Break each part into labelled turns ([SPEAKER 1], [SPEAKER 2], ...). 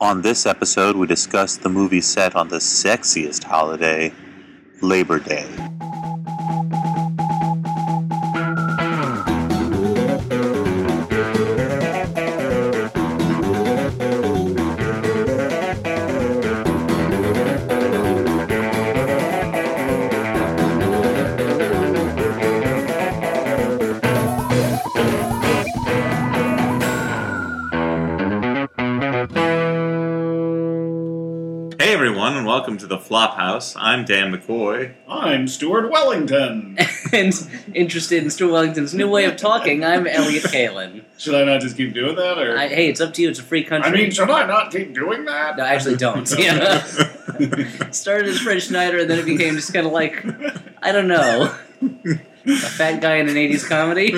[SPEAKER 1] On this episode, we discuss the movie set on the sexiest holiday, Labor Day. Hey everyone, and welcome to the Flophouse. I'm Dan McCoy.
[SPEAKER 2] I'm Stuart Wellington.
[SPEAKER 3] and interested in Stuart Wellington's new way of talking, I'm Elliot Kalin.
[SPEAKER 2] Should I not just keep doing that, or
[SPEAKER 3] I, hey, it's up to you. It's a free country.
[SPEAKER 2] I mean, should I not keep doing that?
[SPEAKER 3] no, actually, don't. Yeah. Started as Fred Schneider, and then it became just kind of like, I don't know, a fat guy in an '80s comedy.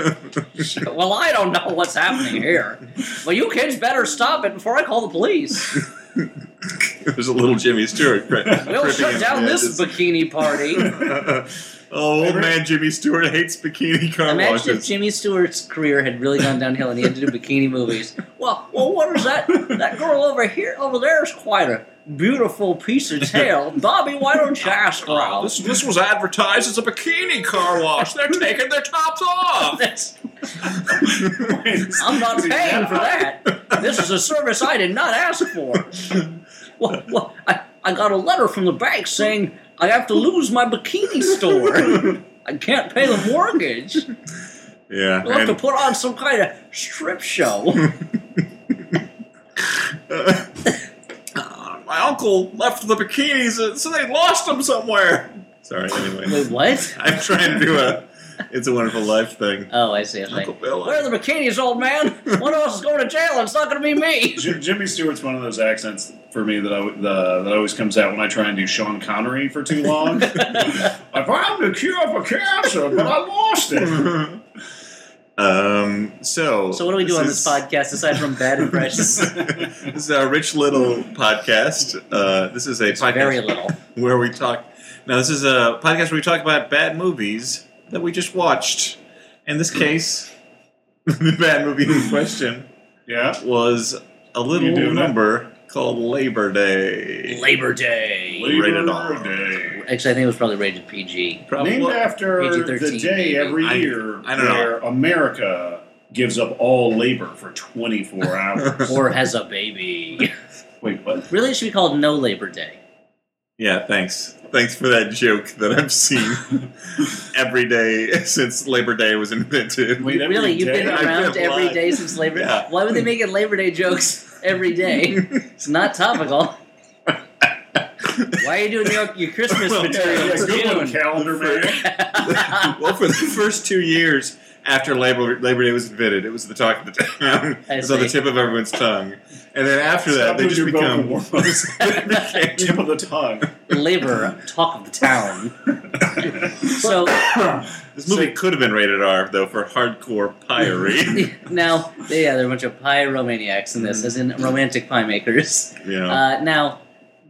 [SPEAKER 3] well, I don't know what's happening here. Well, you kids better stop it before I call the police.
[SPEAKER 1] There's a little Jimmy Stewart. Cri-
[SPEAKER 3] We'll shut down this bikini party.
[SPEAKER 1] oh, old man Jimmy Stewart hates bikini car
[SPEAKER 3] Imagine if
[SPEAKER 1] washes.
[SPEAKER 3] Jimmy Stewart's career had really gone downhill and he had to do bikini movies. Well, well, what is that? That girl over here, over there, is quite a beautiful piece of tail. Bobby, why don't you ask her
[SPEAKER 4] Oh,
[SPEAKER 3] out?
[SPEAKER 4] this, this was advertised as a bikini car wash. They're taking their tops
[SPEAKER 1] Oh,
[SPEAKER 4] off.
[SPEAKER 3] That's-
[SPEAKER 2] It's-
[SPEAKER 3] I'm not
[SPEAKER 2] it's
[SPEAKER 3] paying for that. This is a service I did not ask for. Well, well I, I got a letter from the bank saying I have to lose my bikini store. I can't pay the mortgage.
[SPEAKER 1] Yeah,
[SPEAKER 3] We'll have to
[SPEAKER 1] and-
[SPEAKER 3] put on some kind of strip show.
[SPEAKER 4] Uh, my uncle left the bikinis, uh, so they lost them somewhere.
[SPEAKER 1] sorry. Anyway,
[SPEAKER 3] Wait, what?
[SPEAKER 1] I'm trying to do a "It's a Wonderful Life" thing.
[SPEAKER 3] Oh, I see. I
[SPEAKER 4] Uncle
[SPEAKER 3] see.
[SPEAKER 4] Bill.
[SPEAKER 3] Where are the bikinis, old man? One of us is going to jail, and it's not going to be me.
[SPEAKER 2] Ji- Jimmy Stewart's one of those accents for me that I, the, that always comes out when I try and do Sean Connery for too long. I found a cure for cancer, but I lost it.
[SPEAKER 1] Um, so,
[SPEAKER 3] So, what do we do on this
[SPEAKER 1] is-
[SPEAKER 3] podcast aside from bad impressions?
[SPEAKER 1] this is our Rich Little podcast. Uh, this is a podcast
[SPEAKER 3] Very little.
[SPEAKER 1] where we talk. Now, this is a podcast where we talk about bad movies that we just watched. In this case, the bad movie in question
[SPEAKER 2] Yeah.
[SPEAKER 1] was a
[SPEAKER 2] You
[SPEAKER 1] little
[SPEAKER 2] doing that?
[SPEAKER 1] number called Labor Day.
[SPEAKER 3] Labor Day.
[SPEAKER 1] Rated
[SPEAKER 2] Labor
[SPEAKER 1] R.
[SPEAKER 2] Day.
[SPEAKER 3] Actually, I think it was probably rated PG.
[SPEAKER 2] Named after the
[SPEAKER 3] PG-13,
[SPEAKER 2] day
[SPEAKER 3] maybe.
[SPEAKER 2] every
[SPEAKER 1] I-
[SPEAKER 2] year
[SPEAKER 1] I don't know.
[SPEAKER 2] where America gives up all labor for 24 hours.
[SPEAKER 3] Or has a baby.
[SPEAKER 2] Wait, what?
[SPEAKER 3] Really, it should be called No Labor Day.
[SPEAKER 1] yeah, thanks. Thanks for that joke that I've seen every day since Labor Day was invented.
[SPEAKER 2] Wait, every
[SPEAKER 3] really, you've
[SPEAKER 2] day?
[SPEAKER 3] been
[SPEAKER 1] I've
[SPEAKER 3] around
[SPEAKER 1] been
[SPEAKER 3] every
[SPEAKER 1] alive.
[SPEAKER 3] day since Labor Day.
[SPEAKER 1] Yeah.
[SPEAKER 3] Why would they make it Labor Day jokes every day? It's not topical. Why are you doing your, your Christmas
[SPEAKER 1] Well,
[SPEAKER 2] Yeah,
[SPEAKER 3] material?
[SPEAKER 2] yeah,
[SPEAKER 3] It's
[SPEAKER 2] good one,
[SPEAKER 3] June.
[SPEAKER 2] calendar man.
[SPEAKER 1] well, for the first two years after Labor Labor Day was invented, it was the talk of the town.
[SPEAKER 3] I
[SPEAKER 1] it was on the
[SPEAKER 3] see.
[SPEAKER 1] tip of everyone's tongue, and then after that,
[SPEAKER 2] Stop
[SPEAKER 1] they
[SPEAKER 2] with
[SPEAKER 1] just
[SPEAKER 2] your vocal
[SPEAKER 1] become
[SPEAKER 2] warm-ups.
[SPEAKER 1] they became-
[SPEAKER 2] Tip of the tongue.
[SPEAKER 3] Labor, talk of the town. so
[SPEAKER 1] this movie could have been rated R though for hardcore pyre.
[SPEAKER 3] now, yeah, there are a bunch of pyromaniacs in
[SPEAKER 1] Mm.
[SPEAKER 3] this, as in romantic pie makers.
[SPEAKER 1] you know,
[SPEAKER 3] Uh, now,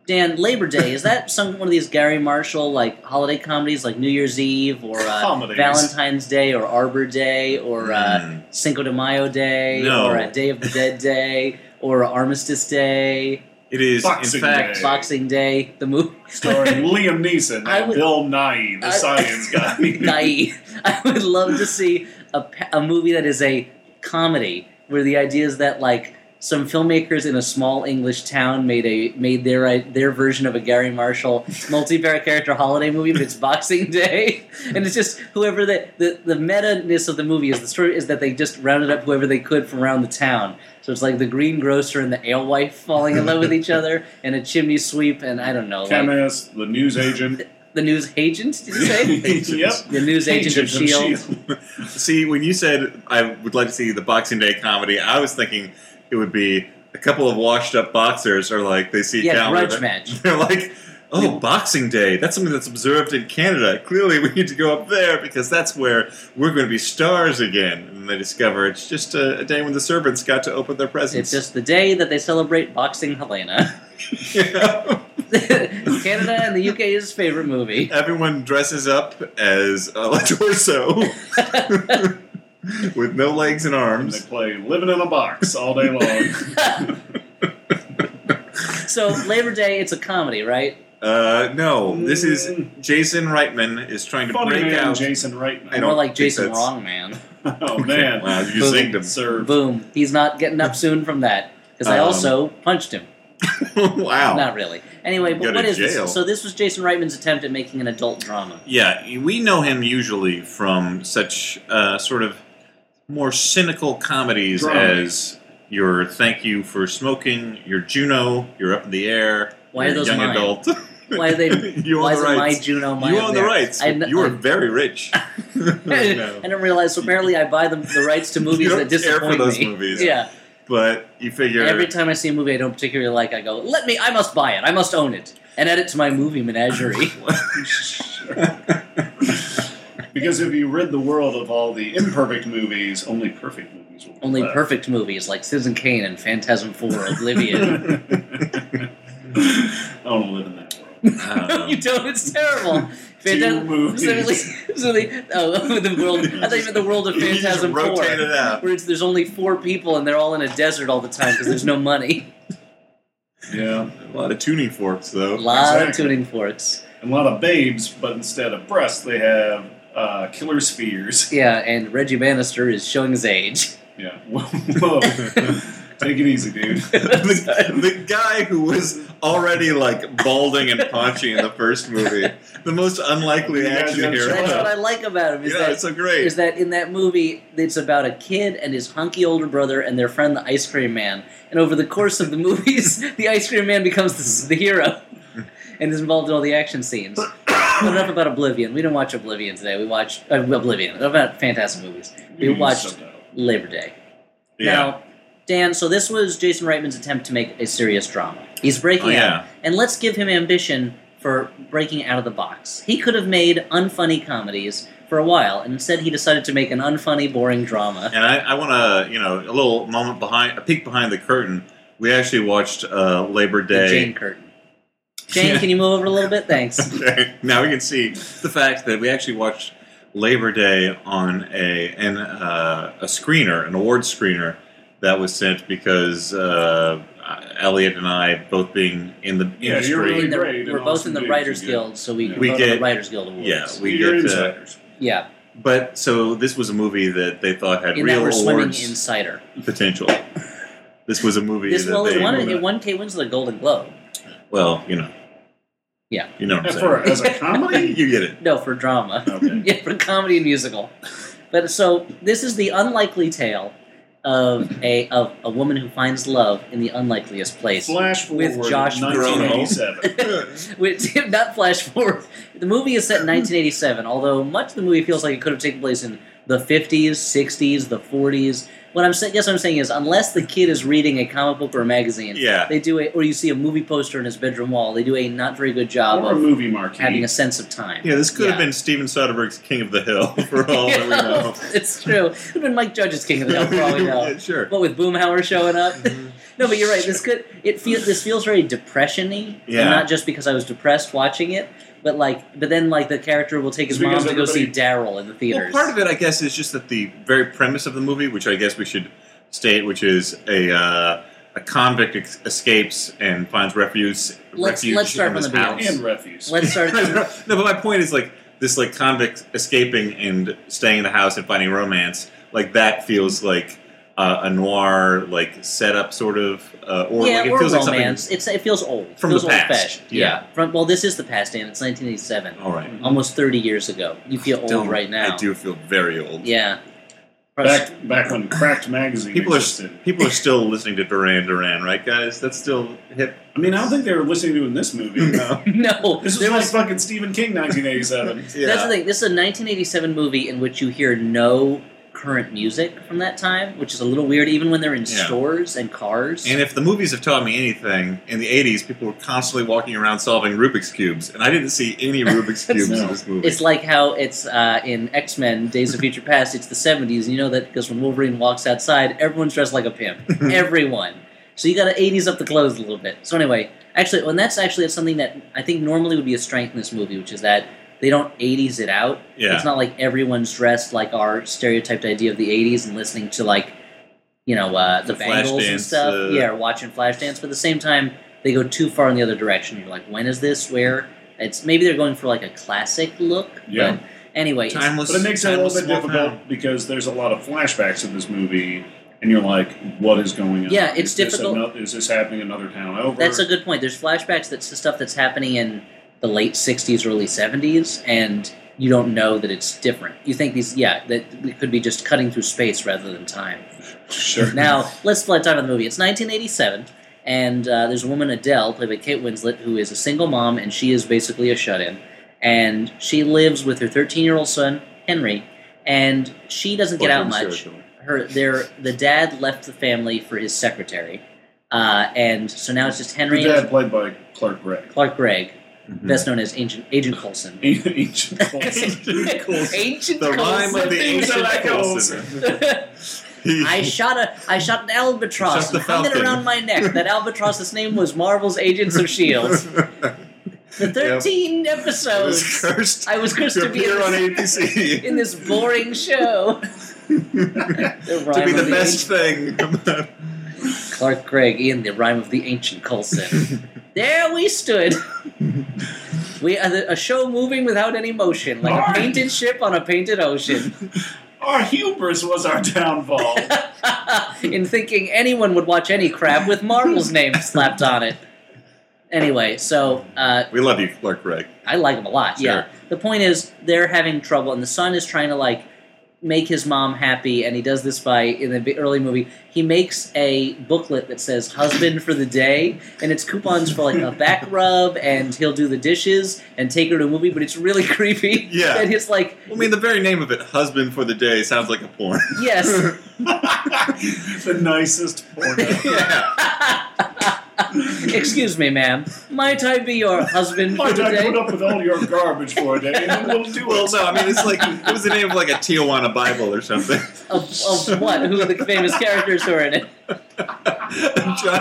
[SPEAKER 3] Dan, Labor Day is that some one of these Gary Marshall like holiday comedies, like New Year's Eve or uh,
[SPEAKER 2] Comedies.
[SPEAKER 3] Valentine's Day or Arbor Day or uh,
[SPEAKER 1] Mm.
[SPEAKER 3] Cinco de Mayo Day
[SPEAKER 1] No.
[SPEAKER 3] or a Day of the Dead Day or Armistice Day,
[SPEAKER 1] it is in
[SPEAKER 2] Boxing
[SPEAKER 1] fact.
[SPEAKER 2] Day.
[SPEAKER 3] Boxing Day, the movie.
[SPEAKER 2] Starring Liam Neeson
[SPEAKER 3] I
[SPEAKER 2] and
[SPEAKER 3] would-
[SPEAKER 2] Bill Nye, the
[SPEAKER 3] I-
[SPEAKER 2] science guy.
[SPEAKER 3] naive. I would love to see a, pa- a movie that is a comedy where the idea is that like some filmmakers in a small English town made a made their uh, their version of a Gary Marshall multi-parent character holiday movie, but it's Boxing Day, and it's just whoever the the, the meta ness of the movie is the story is that they just rounded up whoever they could from around the town. So it's like the greengrocer and the alewife falling in love with each other, and a chimney sweep, and I don't know, like
[SPEAKER 2] Chemist, the news agent.
[SPEAKER 3] the news agent. Did you say?
[SPEAKER 2] yep.
[SPEAKER 3] The news agent of
[SPEAKER 2] Agent
[SPEAKER 3] Shield.
[SPEAKER 1] See, when you said I would like to see the Boxing Day comedy, I was thinking it would be a couple of washed-up boxers are like they see a
[SPEAKER 3] Yeah,
[SPEAKER 1] calendar.
[SPEAKER 3] grudge match.
[SPEAKER 1] They're like, oh, Boxing Day. That's something that's observed in Canada. Clearly, we need to go up there because that's where we're going to be stars again. And they discover it's just a, a day when the servants got to open their
[SPEAKER 3] It's
[SPEAKER 1] presents.
[SPEAKER 3] just the day that they celebrate boxing Helena. Canada and the UK's favorite movie.
[SPEAKER 1] Everyone dresses up as a torso with no legs and
[SPEAKER 2] And they
[SPEAKER 1] arms.
[SPEAKER 2] play Living in a Box all day long.
[SPEAKER 3] so Labor Day, it's a comedy, right?
[SPEAKER 1] Uh,
[SPEAKER 3] Oh,
[SPEAKER 1] no, this is
[SPEAKER 2] Mm.
[SPEAKER 1] Jason Reitman is trying to
[SPEAKER 2] Funny
[SPEAKER 1] break
[SPEAKER 2] man,
[SPEAKER 1] out.
[SPEAKER 2] Jason Reitman.
[SPEAKER 1] I don't
[SPEAKER 3] More like
[SPEAKER 1] think
[SPEAKER 3] Jason
[SPEAKER 1] that's-
[SPEAKER 3] Wrongman.
[SPEAKER 2] oh man,
[SPEAKER 1] Wow, you
[SPEAKER 3] Boom.
[SPEAKER 1] zinged him.
[SPEAKER 2] sir.
[SPEAKER 3] Boom. He's not getting up soon from that because I
[SPEAKER 1] Um,
[SPEAKER 3] also punched him.
[SPEAKER 1] wow.
[SPEAKER 3] Not really. Anyway,
[SPEAKER 1] Go
[SPEAKER 3] but
[SPEAKER 1] to
[SPEAKER 3] what is
[SPEAKER 1] jail.
[SPEAKER 3] this? So this was Jason Reitman's attempt at making an adult drama.
[SPEAKER 1] Yeah, we know him usually from such uh, sort of more cynical comedies
[SPEAKER 2] Drama.
[SPEAKER 1] as your Thank You for Smoking, your Juno, your Up in the Air,
[SPEAKER 3] Why are
[SPEAKER 1] your
[SPEAKER 3] those
[SPEAKER 1] Young
[SPEAKER 3] mine?
[SPEAKER 1] Adult.
[SPEAKER 3] Why are they?
[SPEAKER 1] you
[SPEAKER 3] why
[SPEAKER 1] own
[SPEAKER 3] is
[SPEAKER 1] the
[SPEAKER 3] it my
[SPEAKER 1] rights.
[SPEAKER 3] Juno? My
[SPEAKER 1] you
[SPEAKER 3] up
[SPEAKER 1] own the
[SPEAKER 3] there?
[SPEAKER 1] rights.
[SPEAKER 3] I kn-
[SPEAKER 1] you are
[SPEAKER 3] I-
[SPEAKER 1] very rich.
[SPEAKER 3] I didn't realize. So apparently, I buy the, the rights to movies
[SPEAKER 1] You
[SPEAKER 3] that
[SPEAKER 1] don't care for
[SPEAKER 3] disappoint
[SPEAKER 1] those
[SPEAKER 3] me.
[SPEAKER 1] movies.
[SPEAKER 3] Yeah.
[SPEAKER 1] But you figure
[SPEAKER 3] Every time I see a movie I don't particularly like, I go, "Let me! I must buy it. I must own it." And add it to my movie menagerie.
[SPEAKER 2] because if you rid the world of all the imperfect movies, only perfect movies will be
[SPEAKER 3] Only
[SPEAKER 2] left.
[SPEAKER 3] perfect movies like Citizen Kane and Phantasm Four, Oblivion.
[SPEAKER 2] I don't wanna live in that world.
[SPEAKER 1] Um,
[SPEAKER 3] you don't. It's terrible.
[SPEAKER 2] Two
[SPEAKER 3] Phantasm-
[SPEAKER 2] movies.
[SPEAKER 3] Specifically, specifically- oh, the world. I thought you meant the world of
[SPEAKER 1] you just
[SPEAKER 3] Phantasm Four,
[SPEAKER 1] rotate it out.
[SPEAKER 3] where it's, there's only four people and they're all in a desert all the time because there's no money.
[SPEAKER 2] Yeah,
[SPEAKER 1] A lot of tuning forks,
[SPEAKER 3] A
[SPEAKER 1] though.
[SPEAKER 3] lot of
[SPEAKER 2] Exactly.
[SPEAKER 3] tuning forks.
[SPEAKER 2] and a lot of babes, but instead of breasts, they have uh, killer spheres.
[SPEAKER 3] Yeah, and Reggie Bannister is showing his age.
[SPEAKER 2] Yeah, whoa, whoa. take it easy, dude.
[SPEAKER 1] the, the guy who was already like balding and paunchy in the first movie, the most unlikely
[SPEAKER 2] You guys
[SPEAKER 1] action
[SPEAKER 2] gotta
[SPEAKER 1] hero.
[SPEAKER 2] try
[SPEAKER 3] That's
[SPEAKER 2] Wow.
[SPEAKER 3] what I like about him. Is
[SPEAKER 1] yeah,
[SPEAKER 3] that
[SPEAKER 1] it's so great.
[SPEAKER 3] is that in that movie it's about a kid and his hunky older brother and their friend the ice cream man and over the course of the movies the ice cream man becomes the, the hero and is involved in all the action scenes but enough about oblivion we didn't watch oblivion today we watched uh, oblivion enough about fantastic movies we
[SPEAKER 2] You
[SPEAKER 3] watched
[SPEAKER 2] suck it up.
[SPEAKER 3] labor day
[SPEAKER 1] Mm-hmm. yeah.
[SPEAKER 3] now dan so this was jason reitman's attempt to make a serious drama he's breaking
[SPEAKER 1] Oh,
[SPEAKER 3] out
[SPEAKER 1] yeah.
[SPEAKER 3] and let's give him ambition for breaking out of the box. He could have made unfunny comedies for a while, and instead he decided to make an unfunny, boring drama.
[SPEAKER 1] And I, I want to, you know, a little moment behind, a peek behind the curtain. We actually watched uh, Labor
[SPEAKER 3] The
[SPEAKER 1] Day.
[SPEAKER 3] Jane Curtin. Jane,
[SPEAKER 1] Yeah.
[SPEAKER 3] can you move over a little bit? Thanks.
[SPEAKER 1] Okay. Now we can see the fact that we actually watched Labor Day on a an, uh, a screener, an award screener that was sent because uh, Elliot and I, both being in the
[SPEAKER 2] Yeah,
[SPEAKER 1] industry,
[SPEAKER 2] you're really
[SPEAKER 3] In the-
[SPEAKER 2] great
[SPEAKER 3] we're
[SPEAKER 2] and
[SPEAKER 3] both
[SPEAKER 2] awesome
[SPEAKER 3] in the
[SPEAKER 2] dudes,
[SPEAKER 3] Writers
[SPEAKER 2] you get-
[SPEAKER 3] Guild, so we can
[SPEAKER 1] We
[SPEAKER 3] vote on
[SPEAKER 1] get-
[SPEAKER 3] the Writers Guild Awards.
[SPEAKER 1] yeah, we
[SPEAKER 2] You're
[SPEAKER 1] get. Uh,
[SPEAKER 2] insiders.
[SPEAKER 3] Yeah,
[SPEAKER 1] but so this was a movie that they thought had
[SPEAKER 3] in that
[SPEAKER 1] real
[SPEAKER 3] we're swimming
[SPEAKER 1] awards
[SPEAKER 3] in cider.
[SPEAKER 1] potential. This was a movie
[SPEAKER 3] This
[SPEAKER 1] that
[SPEAKER 3] well,
[SPEAKER 1] they
[SPEAKER 3] it won, it won Kate Winslet a Golden Globe.
[SPEAKER 1] well, you know,
[SPEAKER 3] Yeah.
[SPEAKER 1] you know what I'm
[SPEAKER 2] As
[SPEAKER 1] saying.
[SPEAKER 2] for as a comedy,
[SPEAKER 1] you get it.
[SPEAKER 3] No, for drama.
[SPEAKER 2] okay.
[SPEAKER 3] yeah, for comedy and musical. But so this is the unlikely tale of a of a woman who finds love in the unlikeliest place.
[SPEAKER 2] Flash forward
[SPEAKER 3] With Josh
[SPEAKER 1] Groban.
[SPEAKER 2] 1987.
[SPEAKER 3] Which not flash forward. The movie is set in 1987, although much of the movie feels like it could have taken place in the 50s, 60s, the 40s. What I'm saying, guess what I'm saying is, unless the kid is reading a comic book or a magazine,
[SPEAKER 1] Yeah.
[SPEAKER 3] they do it, or you see a movie poster in his bedroom wall, they do a not very good job
[SPEAKER 2] or a
[SPEAKER 3] of
[SPEAKER 2] movie marquee.
[SPEAKER 3] having a sense of time.
[SPEAKER 1] Yeah, this could have
[SPEAKER 3] Yeah.
[SPEAKER 1] been Steven Soderbergh's King of the Hill for
[SPEAKER 2] Oh,
[SPEAKER 1] all that we know.
[SPEAKER 3] it's true. It would have been Mike Judge's King of the Hill, for all we know.
[SPEAKER 1] Yeah, sure.
[SPEAKER 3] What with Boomhauer showing up?
[SPEAKER 1] Mm-hmm.
[SPEAKER 2] Mm-hmm.
[SPEAKER 3] no, but you're right. This could it feel this feels very depression-y.
[SPEAKER 1] Yeah.
[SPEAKER 3] And not just because I was depressed watching it, but like but then like the character will take his
[SPEAKER 2] It's because
[SPEAKER 3] mom to go see
[SPEAKER 2] everybody-
[SPEAKER 3] Daryl in the
[SPEAKER 1] Well,
[SPEAKER 3] theaters.
[SPEAKER 1] part of it, I guess, is just that the very premise of the movie, which I guess we should state, which is a uh, a convict ex- escapes and finds refuge.
[SPEAKER 3] Let's-
[SPEAKER 1] refuge
[SPEAKER 3] let's start
[SPEAKER 1] in
[SPEAKER 3] from
[SPEAKER 1] his
[SPEAKER 3] the
[SPEAKER 1] house.
[SPEAKER 2] and refuse.
[SPEAKER 3] Let's start.
[SPEAKER 1] no, but my point is like this: like convict escaping and staying in the house and finding romance. Like that feels like uh, a noir like setup, sort of, uh, or
[SPEAKER 3] yeah,
[SPEAKER 1] like it
[SPEAKER 3] or
[SPEAKER 1] feels
[SPEAKER 3] romance. it's it feels old.
[SPEAKER 1] From
[SPEAKER 3] feels
[SPEAKER 1] the past.
[SPEAKER 3] old-fashioned.
[SPEAKER 1] Yeah.
[SPEAKER 3] From, well, this is the past, Dan. It's 1987,
[SPEAKER 1] like something. All right.
[SPEAKER 3] almost 30 years ago. You feel old
[SPEAKER 1] Don't-
[SPEAKER 3] right now.
[SPEAKER 1] I do feel very old.
[SPEAKER 3] Yeah.
[SPEAKER 2] back back when Cracked Magazine
[SPEAKER 1] People are
[SPEAKER 2] existed.
[SPEAKER 1] people are still listening to Duran Duran, right, guys? That's still hip.
[SPEAKER 2] I mean, I don't think they were listening to it in this movie.
[SPEAKER 1] No.
[SPEAKER 3] no,
[SPEAKER 2] This was
[SPEAKER 3] there
[SPEAKER 2] like
[SPEAKER 3] was
[SPEAKER 2] fucking Stephen King, 1987.
[SPEAKER 1] Yeah.
[SPEAKER 3] That's the thing. This is a 1987 movie in which you hear no current music from that time, which is a little weird, even when they're in
[SPEAKER 1] Yeah.
[SPEAKER 3] stores and cars.
[SPEAKER 1] And if the movies have taught me anything, in the '80s, people were constantly walking around solving Rubik's cubes, and I didn't see any Rubik's cubes in
[SPEAKER 2] No.
[SPEAKER 1] this movie.
[SPEAKER 3] it's like how it's uh, in X Men Days of Future Past, it's the 70s, and you know that because when Wolverine walks outside, everyone's dressed like a pimp. Everyone. So you gotta 80s up the clothes a little bit. So, anyway, actually, and that's actually something that I think normally would be a strength in this movie, which is that they don't 80s it out.
[SPEAKER 1] yeah,
[SPEAKER 3] It's not like everyone's dressed like our stereotyped idea of the '80s and listening to like, you know, uh, the,
[SPEAKER 1] The
[SPEAKER 3] Bangles and
[SPEAKER 1] Flashdance,
[SPEAKER 3] stuff.
[SPEAKER 1] uh,
[SPEAKER 3] yeah, or watching Flashdance. But at the same time, they go too far in the other direction. You're like, when is this? Where? It's maybe they're going for like a classic look.
[SPEAKER 2] Yeah.
[SPEAKER 3] But anyway, it's-
[SPEAKER 1] Timeless.
[SPEAKER 2] But it makes it a little
[SPEAKER 1] timeless
[SPEAKER 2] bit
[SPEAKER 1] small
[SPEAKER 2] difficult
[SPEAKER 1] town.
[SPEAKER 2] because there's a lot of flashbacks in this movie, and you're like, what is going on?
[SPEAKER 3] Yeah, it's
[SPEAKER 2] Is this
[SPEAKER 3] difficult.
[SPEAKER 2] ano- is this happening another town over?
[SPEAKER 3] That's a good point. There's flashbacks. That's the stuff that's happening in the late '60s, early '70s, and you don't know that it's different. You think these, yeah, that it could be just cutting through space rather than time.
[SPEAKER 2] sure.
[SPEAKER 3] Now let's fly time on the movie. It's 1987, and uh, there's a woman Adele, played by Kate Winslet, who is a single mom, and she is basically a shut-in, and she lives with her 13-year-old son Henry, and she doesn't get out
[SPEAKER 1] Fucking
[SPEAKER 3] much
[SPEAKER 1] serial
[SPEAKER 3] her their the dad left the family for his secretary, uh, and so now it's just Henry
[SPEAKER 2] Your
[SPEAKER 3] and
[SPEAKER 2] dad played by Clark Gregg.
[SPEAKER 3] Clark Gregg,
[SPEAKER 1] killer. Mhm.
[SPEAKER 3] best known as Agent Agent Coulson.
[SPEAKER 2] Ancient Colson.
[SPEAKER 1] Agent Coulson.
[SPEAKER 3] Agent
[SPEAKER 1] The rhyme of the
[SPEAKER 2] Things are
[SPEAKER 1] ancient
[SPEAKER 2] like
[SPEAKER 1] Coulson.
[SPEAKER 3] I shot a I shot an albatross
[SPEAKER 1] Shot the
[SPEAKER 3] and hung it
[SPEAKER 1] falcon.
[SPEAKER 3] around my neck. That albatross's name was Marvel's Agents of Shield. E The thirteen
[SPEAKER 1] It was
[SPEAKER 3] episodes
[SPEAKER 1] cursed
[SPEAKER 3] I was cursed
[SPEAKER 1] to
[SPEAKER 3] to be in
[SPEAKER 1] appear on
[SPEAKER 3] this,
[SPEAKER 1] ABC.
[SPEAKER 3] in this boring show. The
[SPEAKER 1] to
[SPEAKER 3] rhyme
[SPEAKER 1] be
[SPEAKER 3] of
[SPEAKER 1] the
[SPEAKER 3] the
[SPEAKER 1] best thing.
[SPEAKER 3] ancient- Clark Gregg in the rhyme of the ancient Coulson. there we stood. We uh, a, a show moving without any motion, like a
[SPEAKER 2] Alright.
[SPEAKER 3] painted ship on a painted ocean.
[SPEAKER 2] Our hubris was our downfall.
[SPEAKER 3] in thinking anyone would watch any crap with Marvel's name slapped on it. Anyway, so uh,
[SPEAKER 1] we love you, Clark Gregg.
[SPEAKER 3] I like him a lot. Yeah.
[SPEAKER 1] Sure.
[SPEAKER 3] The point is, they're having trouble, and the son is trying to like make his mom happy, and he does this by in the bi- early movie he makes a booklet that says "husband for the day," and it's coupons for like a back rub, and he'll do the dishes and take her to a movie, but it's really creepy.
[SPEAKER 1] Yeah.
[SPEAKER 3] and it's like
[SPEAKER 1] I mean, the very name of it, "Husband for the Day," sounds like a porn.
[SPEAKER 3] yes.
[SPEAKER 2] the nicest porno.
[SPEAKER 1] yeah,
[SPEAKER 3] Excuse me, ma'am. Might I be your husband for
[SPEAKER 2] Might
[SPEAKER 3] the
[SPEAKER 2] I
[SPEAKER 3] day?
[SPEAKER 2] put up with all your garbage for a day, and then we'll do
[SPEAKER 1] well,
[SPEAKER 2] it.
[SPEAKER 1] no, I mean it's like it was the name of like a Tijuana Bible or something.
[SPEAKER 3] Of, of what? Who the famous characters who are in it?
[SPEAKER 1] John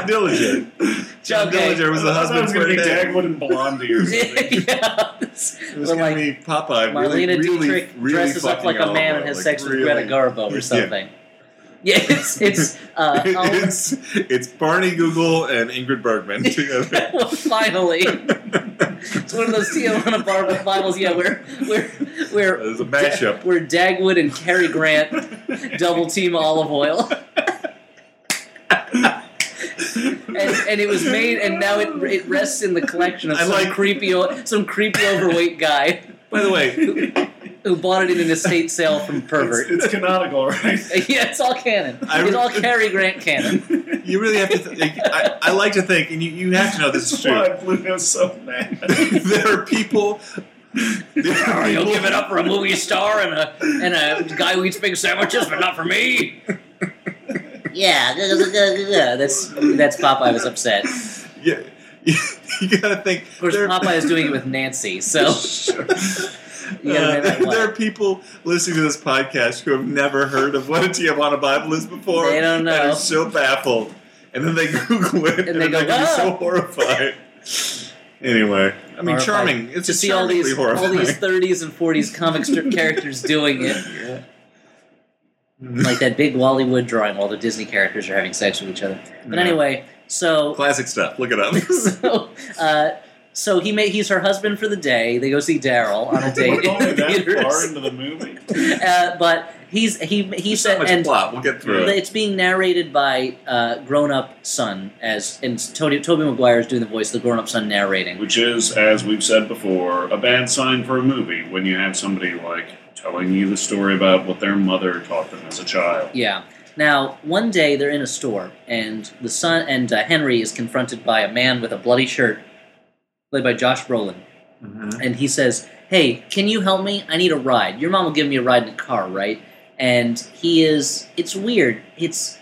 [SPEAKER 1] Dillinger. John
[SPEAKER 3] Okay.
[SPEAKER 1] Dillinger was the
[SPEAKER 2] I
[SPEAKER 1] husband
[SPEAKER 2] was
[SPEAKER 1] for
[SPEAKER 2] going to
[SPEAKER 1] the
[SPEAKER 2] be
[SPEAKER 1] day.
[SPEAKER 2] Dagwood and Blondie or something.
[SPEAKER 3] yeah.
[SPEAKER 1] It was
[SPEAKER 3] Or
[SPEAKER 1] going
[SPEAKER 3] like
[SPEAKER 1] to be Popeye. really,
[SPEAKER 3] Marlena
[SPEAKER 1] really,
[SPEAKER 3] Dietrich
[SPEAKER 1] really
[SPEAKER 3] dresses up
[SPEAKER 1] fucking
[SPEAKER 3] like a man
[SPEAKER 1] elbow,
[SPEAKER 3] and has
[SPEAKER 1] like,
[SPEAKER 3] sex with
[SPEAKER 1] really.
[SPEAKER 3] Greta Garbo
[SPEAKER 1] Yeah.
[SPEAKER 3] or something. Yeah, it's it's uh, I'll-
[SPEAKER 1] it's it's Barney Google and Ingrid Bergman together.
[SPEAKER 3] well, oh, finally, it's one of those Tijuana bar Bibles. Yeah, where where
[SPEAKER 1] It
[SPEAKER 3] where
[SPEAKER 1] was a mashup.
[SPEAKER 3] where Dagwood and Cary Grant double team olive oil. and, and it was made, and now it, it rests in the collection of
[SPEAKER 1] I
[SPEAKER 3] some
[SPEAKER 1] like-
[SPEAKER 3] creepy o- some creepy overweight guy
[SPEAKER 1] By the way,
[SPEAKER 3] who bought it in an estate sale from pervert.
[SPEAKER 2] It's, it's canonical, right?
[SPEAKER 3] yeah, it's all canon.
[SPEAKER 1] I
[SPEAKER 3] it's
[SPEAKER 1] re-
[SPEAKER 3] all Cary Grant canon.
[SPEAKER 1] you really have to. Th- I, I like to think, and you, you have to know this
[SPEAKER 2] That's
[SPEAKER 1] is true.
[SPEAKER 2] why Pluto's so mad.
[SPEAKER 1] there are people. There are
[SPEAKER 3] You'll
[SPEAKER 1] people-
[SPEAKER 3] give it up for a movie star and a and a guy who eats big sandwiches, but not for me. Yeah, that's that's Popeye was upset. Of
[SPEAKER 1] Yeah, you gotta think. Of
[SPEAKER 3] course, Popeye is doing it with Nancy, so you gotta make that
[SPEAKER 1] Uh, there
[SPEAKER 3] laugh.
[SPEAKER 1] are people listening to this podcast who have never heard of what a Tijuana Bible is before.
[SPEAKER 3] They don't
[SPEAKER 1] And
[SPEAKER 3] know.
[SPEAKER 1] are so baffled. And then they Google it and,
[SPEAKER 3] they
[SPEAKER 1] are
[SPEAKER 3] go,
[SPEAKER 1] gonna be so
[SPEAKER 3] "Ah."
[SPEAKER 1] horrified. Anyway, I mean,
[SPEAKER 3] Horrified.
[SPEAKER 1] charming. It's
[SPEAKER 3] to
[SPEAKER 1] just
[SPEAKER 3] see all these
[SPEAKER 1] horrifying.
[SPEAKER 3] all these 30s and 40s comic strip characters doing it, like that big Wally Wood drawing while the Disney characters are having sex with each other. But
[SPEAKER 1] Yeah.
[SPEAKER 3] anyway, so
[SPEAKER 1] Classic stuff. Look it up.
[SPEAKER 3] so, uh, so he ma- he's her husband for the day. They go see Daryl on a date
[SPEAKER 2] We're
[SPEAKER 3] in
[SPEAKER 2] only
[SPEAKER 3] the
[SPEAKER 2] that far
[SPEAKER 3] theaters.
[SPEAKER 2] into the movie.
[SPEAKER 3] Uh, but he's he he
[SPEAKER 1] so
[SPEAKER 3] said
[SPEAKER 1] much
[SPEAKER 3] and
[SPEAKER 1] plot. We'll get through it.
[SPEAKER 3] it's being narrated by uh, grown up son as and Toby Toby Maguire is doing the voice of the grown up son narrating.
[SPEAKER 2] Which is, as we've said before, a bad sign for a movie when you have somebody like telling you the story about what their mother taught them as a child.
[SPEAKER 3] Yeah. Now one day they're in a store and the son and uh, Henry is confronted by a man with a bloody shirt played by Josh Brolin.
[SPEAKER 1] Mhm.
[SPEAKER 3] and he says, "Hey, can you help me? I need a ride. Your mom will give me a ride in a car, right?" And he is. It's weird. It's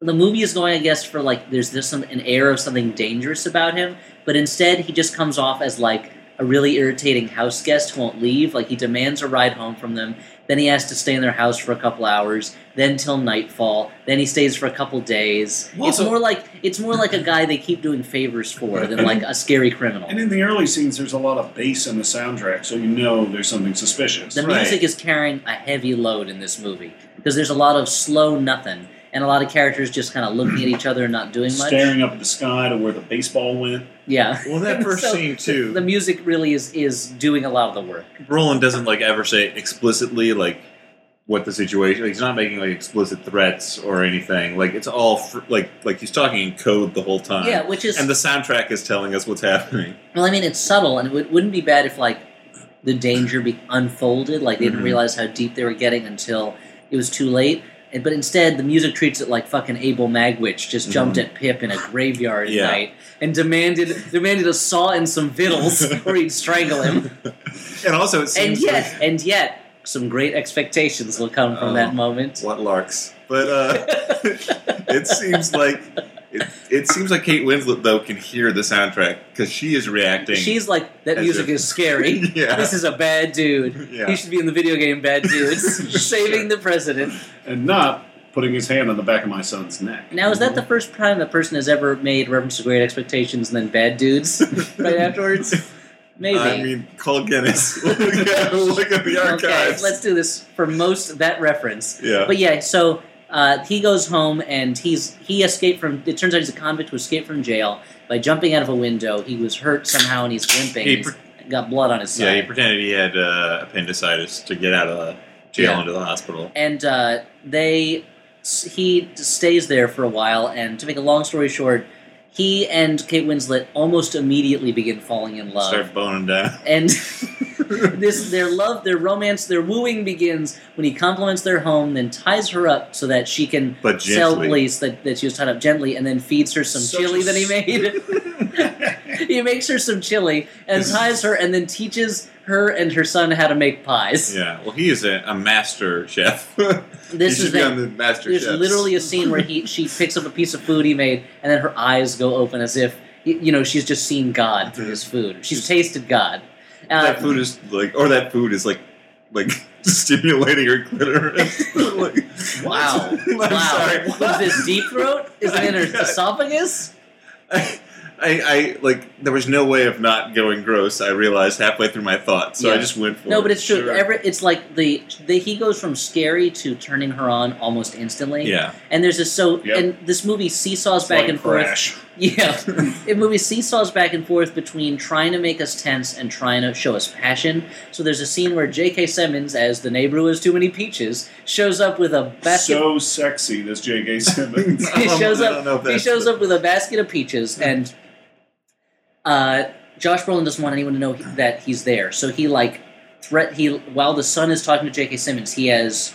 [SPEAKER 3] the movie is going, I guess, for like there's there's some an air of something dangerous about him, but instead he just comes off as like a really irritating house guest who won't leave. Like he demands a ride home from them. Then he has to stay in their house for a couple hours, then till nightfall. Then he stays for a couple days.
[SPEAKER 1] Well,
[SPEAKER 3] it's
[SPEAKER 1] so-
[SPEAKER 3] more like it's more like a guy they keep doing favors for than like a scary criminal.
[SPEAKER 2] And in the early scenes, there's a lot of bass in the soundtrack, so you know there's something suspicious.
[SPEAKER 3] The
[SPEAKER 1] Right.
[SPEAKER 3] music is carrying a heavy load in this movie because there's a lot of slow nothing, and a lot of characters just kind of looking at each other and not doing much.
[SPEAKER 2] Staring up at the sky to where the baseball went.
[SPEAKER 3] Yeah.
[SPEAKER 1] Well, that first
[SPEAKER 3] So,
[SPEAKER 1] scene too.
[SPEAKER 3] The music really is is doing a lot of the work.
[SPEAKER 1] Roland doesn't like ever say explicitly like what the situation. Like, he's not making like explicit threats or anything. Like it's all fr- like like he's talking in code the whole time.
[SPEAKER 3] yeah, which is
[SPEAKER 1] And the soundtrack is telling us what's happening.
[SPEAKER 3] well, I mean, it's subtle, and it would, wouldn't be bad if like the danger be unfolded. Like they didn't
[SPEAKER 1] Mhm.
[SPEAKER 3] realize how deep they were getting until it was too late. And- But instead, the music treats it like fucking Abel Magwitch just jumped at Pip in a graveyard at
[SPEAKER 1] Mm-hmm. Yeah.
[SPEAKER 3] night and demanded demanded a saw and some victuals, or he'd strangle him.
[SPEAKER 1] And also, it
[SPEAKER 3] and
[SPEAKER 1] seems
[SPEAKER 3] yet, and yet, some great expectations will come from
[SPEAKER 1] Oh.
[SPEAKER 3] that moment.
[SPEAKER 1] like, what larks, but uh, it seems like it, it seems like Kate Winslet though can hear the soundtrack because she is reacting.
[SPEAKER 3] She's like, that
[SPEAKER 1] As
[SPEAKER 3] music
[SPEAKER 1] if-
[SPEAKER 3] is scary.
[SPEAKER 1] Yeah.
[SPEAKER 3] This is a bad dude.
[SPEAKER 1] yeah.
[SPEAKER 3] He should be in the video game Bad Dudes, saving
[SPEAKER 1] Sure.
[SPEAKER 3] the president.
[SPEAKER 2] And not putting his hand on the back of my son's neck.
[SPEAKER 3] Now, is that
[SPEAKER 1] Mm-hmm.
[SPEAKER 3] the first time the person has ever made reference to Great Expectations and then Bad Dudes right afterwards? Maybe.
[SPEAKER 1] I mean, call Guinness. look, at, look at the archives.
[SPEAKER 3] Okay, let's do this for most that reference.
[SPEAKER 1] yeah.
[SPEAKER 3] But yeah, so uh, he goes home and he's he escaped from. It turns out he's a convict who escaped from jail by jumping out of a window. He was hurt somehow and he's limping.
[SPEAKER 1] He
[SPEAKER 3] He's got blood on his
[SPEAKER 1] Yeah, he
[SPEAKER 3] side.
[SPEAKER 1] pretended he had uh, appendicitis to get out of the jail
[SPEAKER 3] Yeah.
[SPEAKER 1] into the hospital.
[SPEAKER 3] and uh, they he stays there for a while. And to make a long story short, he and Kate Winslet almost immediately begin falling in love.
[SPEAKER 1] Start boning down.
[SPEAKER 3] and this their love, their romance, their wooing begins when he compliments their home, then ties her up so that she can
[SPEAKER 1] But
[SPEAKER 3] sell
[SPEAKER 1] gently.
[SPEAKER 3] lace that, that she was tied up gently, and then feeds her some
[SPEAKER 2] Such
[SPEAKER 3] chili
[SPEAKER 2] a
[SPEAKER 3] that he made. he makes her some chili and ties her, and then teaches her and her son how to make pies.
[SPEAKER 1] Yeah, well, he is a, a master chef.
[SPEAKER 3] This
[SPEAKER 1] he
[SPEAKER 3] is
[SPEAKER 1] should be
[SPEAKER 3] the-
[SPEAKER 1] on the master
[SPEAKER 3] There's
[SPEAKER 1] chefs.
[SPEAKER 3] literally a scene where he she picks up a piece of food he made, and then her eyes go open as if y- you know she's just seen God through his food. She's tasted God. Uh,
[SPEAKER 1] that food is like, or that food is like, like stimulating her clitoris. Like,
[SPEAKER 3] Wow.
[SPEAKER 1] I'm
[SPEAKER 3] wow.
[SPEAKER 1] sorry.
[SPEAKER 3] Was this deep throat? Is it in her
[SPEAKER 1] I got-
[SPEAKER 3] esophagus?
[SPEAKER 1] I, I like there was no way of not going gross. I realized halfway through my thought, so I
[SPEAKER 3] Yeah.
[SPEAKER 1] just went for
[SPEAKER 3] No,
[SPEAKER 1] it.
[SPEAKER 3] but it's true.
[SPEAKER 2] Sure.
[SPEAKER 3] Every, it's like the, the he goes from scary to turning her on almost instantly.
[SPEAKER 1] yeah,
[SPEAKER 3] And there's this so
[SPEAKER 2] Yep.
[SPEAKER 3] and this movie seesaws
[SPEAKER 2] It's
[SPEAKER 3] back
[SPEAKER 2] like
[SPEAKER 3] and forth.
[SPEAKER 2] crash.
[SPEAKER 3] Yeah. it movie seesaws back and forth between trying to make us tense and trying to show us passion. So there's a scene where J.K. Simmons, as the neighbor who has too many peaches, shows up with a basket
[SPEAKER 2] So sexy, this J.K. Simmons.
[SPEAKER 3] he
[SPEAKER 1] Um,
[SPEAKER 3] shows
[SPEAKER 1] I
[SPEAKER 3] up.
[SPEAKER 1] don't know if
[SPEAKER 3] he
[SPEAKER 1] that's
[SPEAKER 3] shows
[SPEAKER 1] the-
[SPEAKER 3] up with a basket of peaches, and uh, Josh Brolin doesn't want anyone to know he, that he's there. So he like threat. He while the son is talking to J.K. Simmons, he has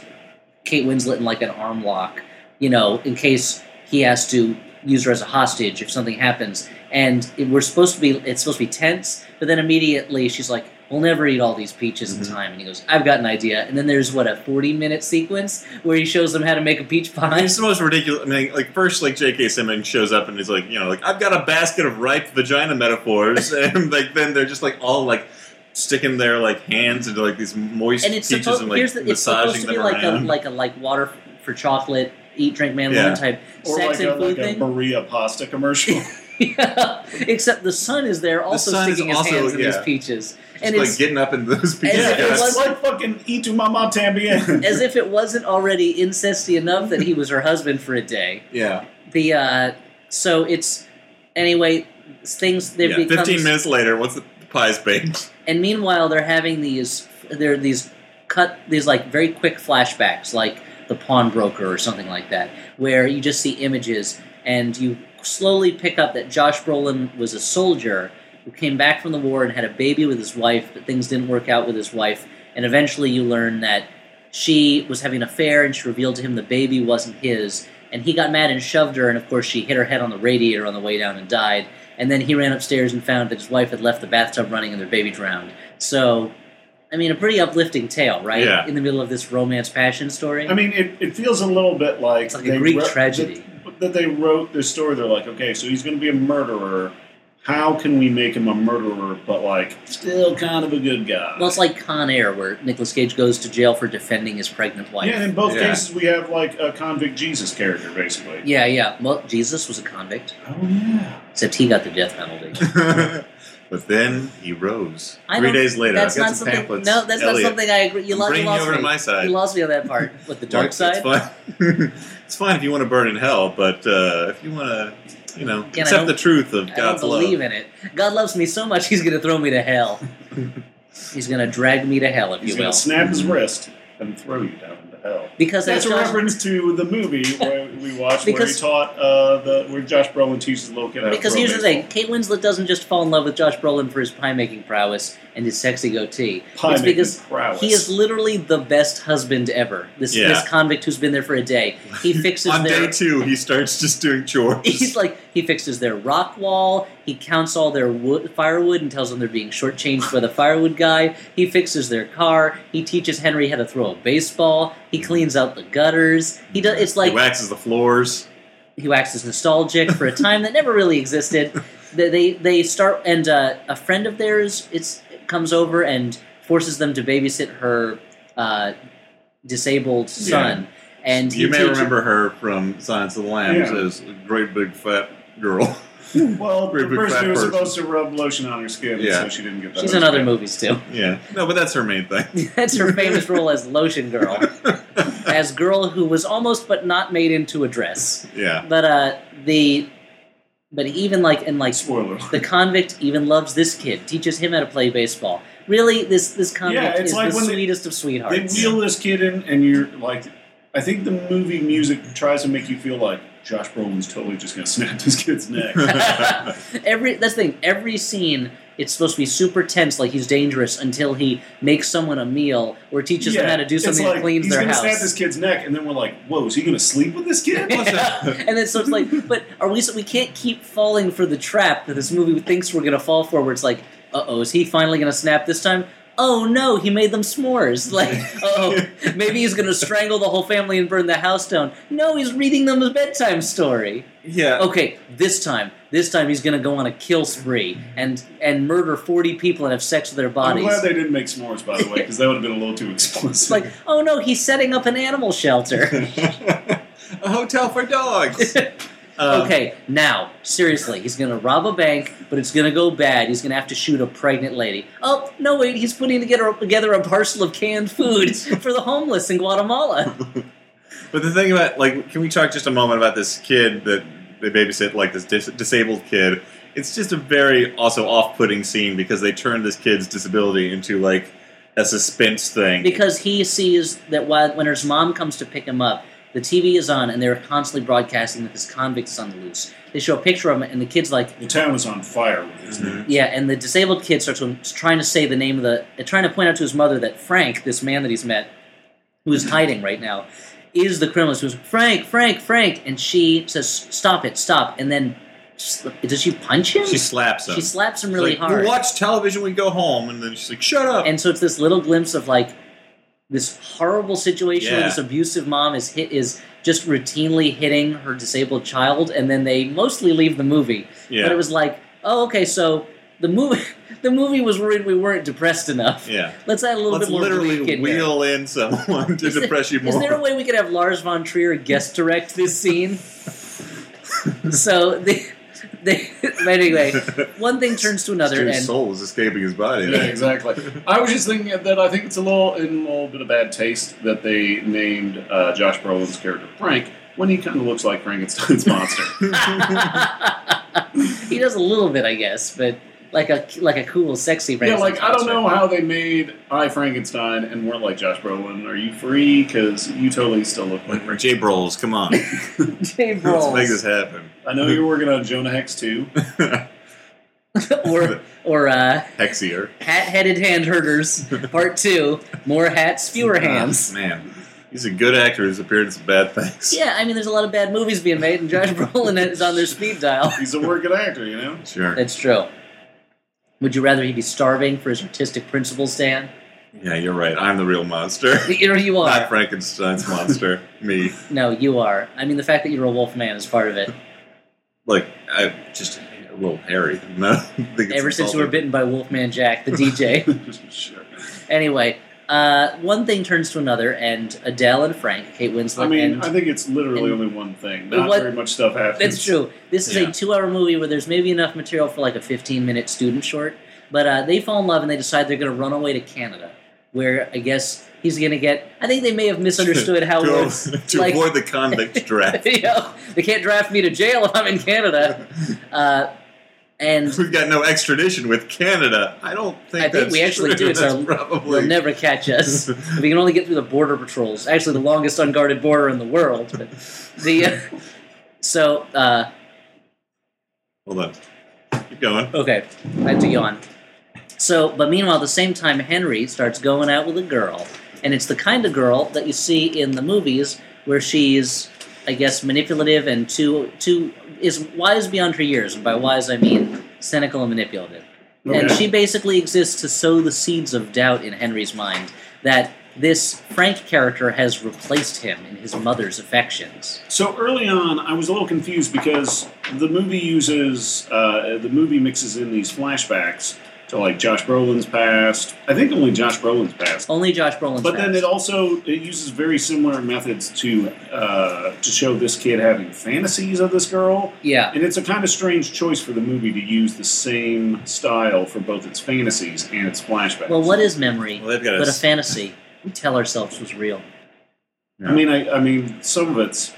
[SPEAKER 3] Kate Winslet in like an arm lock, you know, in case he has to use her as a hostage if something happens. And it, we're supposed to be. It's supposed to be tense, but then immediately she's like. We'll never eat all these peaches in
[SPEAKER 1] Mhm.
[SPEAKER 3] time. And he goes, I've got an idea. And then there's, what, a 40 minute sequence where he shows them how to make a peach
[SPEAKER 1] I mean,
[SPEAKER 3] pie?
[SPEAKER 1] it's the most ridiculous. I mean, like first, like J.K. Simmons shows up and he's like, you know, like I've got a basket of ripe vagina metaphors, and like then they're just like all like sticking their like hands into like these moist
[SPEAKER 3] and it's
[SPEAKER 1] peaches
[SPEAKER 3] supposed
[SPEAKER 1] and like
[SPEAKER 3] here's the, it's supposed
[SPEAKER 1] massaging
[SPEAKER 3] to
[SPEAKER 1] them
[SPEAKER 3] be like a,
[SPEAKER 1] around.
[SPEAKER 3] like a like water f- for chocolate, eat, drink, man, woman
[SPEAKER 1] Yeah.
[SPEAKER 3] type
[SPEAKER 2] Or
[SPEAKER 3] sex
[SPEAKER 2] like a,
[SPEAKER 3] and food
[SPEAKER 2] like a
[SPEAKER 3] thing.
[SPEAKER 2] Maria pasta commercial.
[SPEAKER 3] yeah. Except the sun is there, also
[SPEAKER 1] sun is
[SPEAKER 3] sticking his
[SPEAKER 1] also-
[SPEAKER 3] hands in these
[SPEAKER 1] yeah.
[SPEAKER 3] peaches,
[SPEAKER 1] Just,
[SPEAKER 3] and
[SPEAKER 1] like
[SPEAKER 3] it's
[SPEAKER 1] getting up in those
[SPEAKER 3] if
[SPEAKER 1] peaches.
[SPEAKER 3] it
[SPEAKER 1] Yeah.
[SPEAKER 3] was-
[SPEAKER 2] it's like fucking eat to mama tambien.
[SPEAKER 3] as if it wasn't already incesty enough that he was her husband for a day.
[SPEAKER 1] yeah,
[SPEAKER 3] The uh, so it's anyway things they've
[SPEAKER 1] yeah.
[SPEAKER 3] become
[SPEAKER 1] Fifteen minutes later, once the pie's baked,
[SPEAKER 3] And meanwhile, they're having these they're these cut these like very quick flashbacks, like the pawnbroker or something like that, where you just see images and you slowly pick up that Josh Brolin was a soldier who came back from the war and had a baby with his wife, but things didn't work out with his wife, and eventually you learn that she was having an affair and she revealed to him the baby wasn't his and he got mad and shoved her and of course she hit her head on the radiator on the way down and died and then he ran upstairs and found that his wife had left the bathtub running and their baby drowned so i mean a pretty uplifting tale right
[SPEAKER 1] Yeah.
[SPEAKER 3] in the middle of this romance passion story
[SPEAKER 2] I mean, it, it feels a little bit like,
[SPEAKER 3] it's like
[SPEAKER 2] they
[SPEAKER 3] a greek
[SPEAKER 2] wrote-
[SPEAKER 3] tragedy
[SPEAKER 2] That, that they wrote this story. They're like, okay, so he's going to be a murderer. How can we make him a murderer, but like still kind of a good guy?
[SPEAKER 3] well it's like con air where nicolas cage goes to jail for defending his pregnant wife
[SPEAKER 2] yeah, and in both
[SPEAKER 1] Yeah.
[SPEAKER 2] cases, we have like a convict Jesus character, basically.
[SPEAKER 3] yeah yeah well jesus was a convict
[SPEAKER 2] Oh yeah.
[SPEAKER 3] except he got the death penalty
[SPEAKER 1] But then he rose.
[SPEAKER 3] I
[SPEAKER 1] Three
[SPEAKER 3] don't-
[SPEAKER 1] days later,
[SPEAKER 3] That's
[SPEAKER 1] I got
[SPEAKER 3] not
[SPEAKER 1] some
[SPEAKER 3] something.
[SPEAKER 1] pamphlets.
[SPEAKER 3] No, that's
[SPEAKER 1] Elliot,
[SPEAKER 3] not something I agree. You,
[SPEAKER 1] I'm
[SPEAKER 3] lo- you
[SPEAKER 1] bringing you
[SPEAKER 3] lost
[SPEAKER 1] over
[SPEAKER 3] me.
[SPEAKER 1] to my side.
[SPEAKER 3] You lost me on that part. With the dark
[SPEAKER 1] It's
[SPEAKER 3] side.
[SPEAKER 1] fine. it's fine if you want to burn in hell, but uh, if you want to, you know,
[SPEAKER 3] Again, I
[SPEAKER 1] accept
[SPEAKER 3] don't-
[SPEAKER 1] the truth of
[SPEAKER 3] I don't
[SPEAKER 1] God's love.
[SPEAKER 3] believe in it. God loves me so much, He's going to throw me to hell. he's going to drag me to hell, if
[SPEAKER 2] He's
[SPEAKER 3] you will.
[SPEAKER 2] gonna snap his wrist and throw you down into hell.
[SPEAKER 3] Because
[SPEAKER 2] That's
[SPEAKER 3] that's
[SPEAKER 2] a
[SPEAKER 3] Josh-
[SPEAKER 2] reference to the movie where we watched where he
[SPEAKER 3] Because-
[SPEAKER 2] taught uh, the where Josh Brolin teaches the little kid how to
[SPEAKER 3] Because
[SPEAKER 2] throw
[SPEAKER 3] here's the
[SPEAKER 2] baseball.
[SPEAKER 3] thing: Kate Winslet doesn't just fall in love with Josh Brolin for his pie making prowess and his sexy goatee.
[SPEAKER 2] Pie
[SPEAKER 3] it's
[SPEAKER 2] making
[SPEAKER 3] because
[SPEAKER 2] prowess.
[SPEAKER 3] he is literally the best husband ever. This
[SPEAKER 1] Yeah.
[SPEAKER 3] this convict who's been there for a day. He fixes
[SPEAKER 1] On
[SPEAKER 3] their
[SPEAKER 1] day two, he starts just doing chores.
[SPEAKER 3] He's like he fixes their rock wall. He counts all their wood, firewood and tells them they're being shortchanged by the firewood guy. He fixes their car. He teaches Henry how to throw a baseball. He
[SPEAKER 1] Mm-hmm.
[SPEAKER 3] cleans out the gutters. He does. It's like
[SPEAKER 1] he waxes the floors.
[SPEAKER 3] he waxes nostalgic for a time that never really existed. They they, they start and uh, a friend of theirs it's comes over and forces them to babysit her uh, disabled son. And he
[SPEAKER 1] you may
[SPEAKER 3] teaches-
[SPEAKER 1] remember her from Science of the Lambs
[SPEAKER 2] Yeah.
[SPEAKER 1] as a great big fat girl.
[SPEAKER 2] Well,
[SPEAKER 1] Great
[SPEAKER 2] the
[SPEAKER 1] big
[SPEAKER 2] person
[SPEAKER 1] fat
[SPEAKER 2] who was
[SPEAKER 1] person.
[SPEAKER 2] supposed to rub lotion on her skin,
[SPEAKER 1] Yeah.
[SPEAKER 2] so she didn't get that.
[SPEAKER 3] She's in other movies too.
[SPEAKER 1] yeah, no, but that's her main thing.
[SPEAKER 3] That's her famous role as Lotion Girl, as girl who was almost but not made into a dress.
[SPEAKER 1] Yeah,
[SPEAKER 3] But uh, the, but even like and like
[SPEAKER 2] Spoiler.
[SPEAKER 3] the convict even loves this kid, teaches him how to play baseball. Really, this this convict
[SPEAKER 2] Yeah, it's
[SPEAKER 3] is
[SPEAKER 2] like
[SPEAKER 3] the
[SPEAKER 2] when they-
[SPEAKER 3] sweetest of
[SPEAKER 2] They
[SPEAKER 3] sweethearts.
[SPEAKER 2] wheel this kid in, and you're like, I think the movie music tries to make you feel like Josh Brolin's totally just gonna snap this kid's neck.
[SPEAKER 3] every that's the thing. Every scene, it's supposed to be super tense, like he's dangerous until he makes someone a meal or teaches them how to do
[SPEAKER 2] it's
[SPEAKER 3] something
[SPEAKER 2] like,
[SPEAKER 3] that cleans
[SPEAKER 2] he's
[SPEAKER 3] their
[SPEAKER 2] gonna
[SPEAKER 3] house.
[SPEAKER 2] snap this kid's neck, and then we're like, "Whoa, is he gonna sleep with this kid?"
[SPEAKER 3] and then so it's like, but are we? So we can't keep falling for the trap that this movie thinks we're gonna fall for. Where it's like, uh oh, is he finally gonna snap this time? Oh no, he made them s'mores. Like, oh, maybe he's gonna strangle the whole family and burn the house down. No, he's reading them a bedtime story.
[SPEAKER 1] yeah.
[SPEAKER 3] Okay, this time, this time he's gonna go on a kill spree and and murder forty people and have sex with their
[SPEAKER 2] I'm
[SPEAKER 3] bodies.
[SPEAKER 2] glad they didn't make s'mores, by the way, because that would have been a little too explicit.
[SPEAKER 3] it's like, oh no, he's setting up an animal shelter.
[SPEAKER 1] a hotel for dogs. Um,
[SPEAKER 3] Okay, now, seriously, he's gonna rob a bank, but it's gonna go bad. He's gonna have to shoot a pregnant lady. Oh, no, wait, he's putting together, together a parcel of canned food for the homeless in Guatemala.
[SPEAKER 1] But the thing about like, can we talk just a moment about this kid that they babysit, like this dis- disabled kid? It's just a very also off-putting scene because they turned this kid's disability into like a suspense thing.
[SPEAKER 3] Because he sees that while, when his mom comes to pick him up, the TV is on and they're constantly broadcasting that this convict is on the loose. They show a picture of him, and the kid's like,
[SPEAKER 2] the town was on fire with his name.
[SPEAKER 3] Yeah, and the disabled kid starts to- trying to say the name of the, uh, trying to point out to his mother that Frank, this man that he's met, who
[SPEAKER 1] Mm-hmm.
[SPEAKER 3] is hiding right now, is the criminal. Who's Frank, Frank, Frank, and she says, "Stop it, stop!" And then, s- does she punch him?
[SPEAKER 1] she slaps him.
[SPEAKER 3] She slaps him
[SPEAKER 1] She's
[SPEAKER 3] really
[SPEAKER 1] like,
[SPEAKER 3] hard,
[SPEAKER 1] We watch television. We go home, and then she's like, "Shut up."
[SPEAKER 3] and so it's this little glimpse of like this horrible situation where
[SPEAKER 1] Yeah.
[SPEAKER 3] this abusive mom is hit is just routinely hitting her disabled child, and then they mostly leave the movie.
[SPEAKER 1] yeah,
[SPEAKER 3] But it was like, oh, okay, so the movie, the movie was worried we weren't depressed enough.
[SPEAKER 1] yeah.
[SPEAKER 3] Let's add a little
[SPEAKER 1] Let's
[SPEAKER 3] bit more bleak
[SPEAKER 1] literally
[SPEAKER 3] in here.
[SPEAKER 1] wheel in someone to
[SPEAKER 3] Is there-
[SPEAKER 1] depress you
[SPEAKER 3] Is
[SPEAKER 1] more.
[SPEAKER 3] there a way we could have Lars von Trier guest direct this scene? so they, they, but anyway, one thing turns to
[SPEAKER 1] This
[SPEAKER 3] another,
[SPEAKER 1] dude's
[SPEAKER 3] and
[SPEAKER 1] soul is escaping his body.
[SPEAKER 2] Yeah, exactly. I was just thinking that I think it's a little in a little bit of bad taste that they named uh, Josh Brolin's character Frank when he kind of looks like Frankenstein's monster.
[SPEAKER 3] he does a little bit, I guess, but like a like a cool, sexy.
[SPEAKER 2] yeah,
[SPEAKER 3] Frankenstein
[SPEAKER 2] like I don't
[SPEAKER 3] monster.
[SPEAKER 2] know how they made I Frankenstein and weren't like Josh Brolin. Are you free? Because you totally still look like
[SPEAKER 1] Like,
[SPEAKER 2] Frankenstein.
[SPEAKER 1] Jay Broles, come on, let's
[SPEAKER 3] Dave
[SPEAKER 1] make
[SPEAKER 3] Rolls
[SPEAKER 1] this happen.
[SPEAKER 2] I know you're working on Jonah Hex too.
[SPEAKER 3] or or uh,
[SPEAKER 1] Hexier.
[SPEAKER 3] hat-headed hand herders part two. More hats, fewer hands.
[SPEAKER 1] Ah, man, he's a good actor. His appearance is bad things.
[SPEAKER 3] Yeah, I mean, there's a lot of bad movies being made, and Josh Brolin is on their speed dial.
[SPEAKER 2] He's a working actor, you know.
[SPEAKER 1] Sure.
[SPEAKER 3] That's true. Would you rather he be starving for his artistic principles, Dan?
[SPEAKER 1] Yeah, you're right. I'm the real monster.
[SPEAKER 3] You know, you
[SPEAKER 1] Not
[SPEAKER 3] are.
[SPEAKER 1] Frankenstein's monster. Me.
[SPEAKER 3] No, you are. I mean, the fact that you're a wolf man is part of it.
[SPEAKER 1] Like, I'm just a little hairy. No, I think it's
[SPEAKER 3] Ever since you were
[SPEAKER 1] insulting.
[SPEAKER 3] bitten by Wolfman Jack, the DJ.
[SPEAKER 2] sure.
[SPEAKER 3] anyway, uh, one thing turns to another, and Adele and Frank, Kate Winslet,
[SPEAKER 2] I mean,
[SPEAKER 3] and
[SPEAKER 2] I think it's literally
[SPEAKER 3] and-
[SPEAKER 2] only one thing. Not
[SPEAKER 3] what-
[SPEAKER 2] very much stuff happens.
[SPEAKER 3] That's true. This is
[SPEAKER 1] Yeah.
[SPEAKER 3] a two-hour movie where there's maybe enough material for like a 15-minute student short, but uh, they fall in love and they decide they're going to run away to Canada, where I guess he's going to get. I think they may have misunderstood how
[SPEAKER 1] to,
[SPEAKER 3] words
[SPEAKER 1] to
[SPEAKER 3] like-
[SPEAKER 1] avoid the convict draft.
[SPEAKER 3] you know, they can't draft me to jail if I'm in Canada, uh, and
[SPEAKER 1] We've got no extradition with Canada. I don't think
[SPEAKER 3] I think we
[SPEAKER 1] that's
[SPEAKER 3] actually
[SPEAKER 1] true.
[SPEAKER 3] do, so
[SPEAKER 1] That's
[SPEAKER 3] we'll
[SPEAKER 1] probably
[SPEAKER 3] they'll never catch us. we can only get through the border patrols. Actually, the longest unguarded border in the world. But the so. Uh,
[SPEAKER 1] Hold on. Keep going.
[SPEAKER 3] Okay, I had to yawn. So, but meanwhile, at the same time, Henry starts going out with a girl, and it's the kind of girl that you see in the movies where she's, I guess, manipulative and too too is wise beyond her years, and by wise I mean cynical and manipulative. And
[SPEAKER 2] Okay.
[SPEAKER 3] she basically exists to sow the seeds of doubt in Henry's mind that this Frank character has replaced him in his mother's affections.
[SPEAKER 2] So early on, I was a little confused because the movie uses uh, the movie mixes in these flashbacks to like Josh Brolin's past. I think only Josh Brolin's past.
[SPEAKER 3] Only Josh Brolin's
[SPEAKER 2] But then
[SPEAKER 3] past.
[SPEAKER 2] it also it uses very similar methods to uh, to show this kid having fantasies of this girl,
[SPEAKER 3] yeah.
[SPEAKER 2] and it's a kind of strange choice for the movie to use the same style for both its fantasies and its flashbacks.
[SPEAKER 3] Well, what is memory?
[SPEAKER 1] Well, they've got
[SPEAKER 3] but a
[SPEAKER 1] s-
[SPEAKER 3] fantasy we tell ourselves was real.
[SPEAKER 2] I mean, I, I mean, some of it's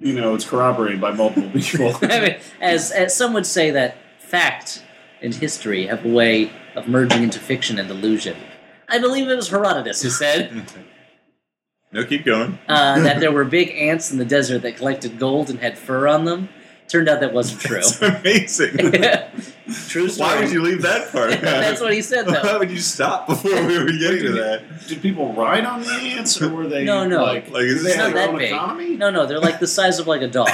[SPEAKER 2] you know it's corroborated by multiple people.
[SPEAKER 3] I mean, as, as some would say that fact and history have a way of merging into fiction and illusion. I believe it was Herodotus who said
[SPEAKER 1] Mm. No, keep going.
[SPEAKER 3] uh, that there were big ants in the desert that collected gold and had fur on them. Turned out that wasn't true.
[SPEAKER 1] It's amazing.
[SPEAKER 3] true story.
[SPEAKER 1] Why would you leave that part? out?
[SPEAKER 3] That's what he said,
[SPEAKER 1] Why
[SPEAKER 3] though.
[SPEAKER 1] would you stop before we were getting to that?
[SPEAKER 2] Did people ride on the ants, or were they
[SPEAKER 3] No, no.
[SPEAKER 2] like
[SPEAKER 1] Like,
[SPEAKER 2] did
[SPEAKER 1] it's
[SPEAKER 2] they have
[SPEAKER 3] not
[SPEAKER 2] their
[SPEAKER 3] that
[SPEAKER 2] own
[SPEAKER 3] big.
[SPEAKER 2] economy?
[SPEAKER 3] No, no, they're like the size of like a dog.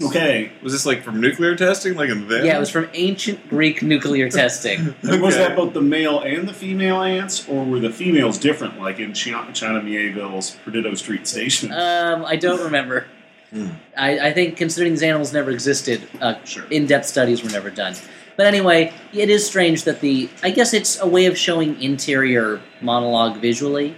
[SPEAKER 2] Okay,
[SPEAKER 1] Was this like from nuclear testing, like in there?
[SPEAKER 3] Yeah, it was from ancient Greek nuclear testing.
[SPEAKER 2] And was
[SPEAKER 1] Okay.
[SPEAKER 2] that both the male and the female ants, or were the females different, like in China, China Mieville's Perdido Street Station?
[SPEAKER 3] Um, I don't remember.
[SPEAKER 1] Hmm.
[SPEAKER 3] I, I think considering these animals never existed, uh,
[SPEAKER 2] sure.
[SPEAKER 3] in-depth studies were never done. But anyway, it is strange that the I guess it's a way of showing interior monologue visually.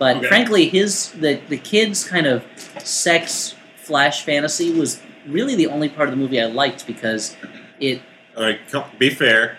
[SPEAKER 3] But
[SPEAKER 2] Okay.
[SPEAKER 3] frankly, his the the kid's kind of sex flash fantasy was really the only part of the movie I liked because it
[SPEAKER 1] All right, come, be fair.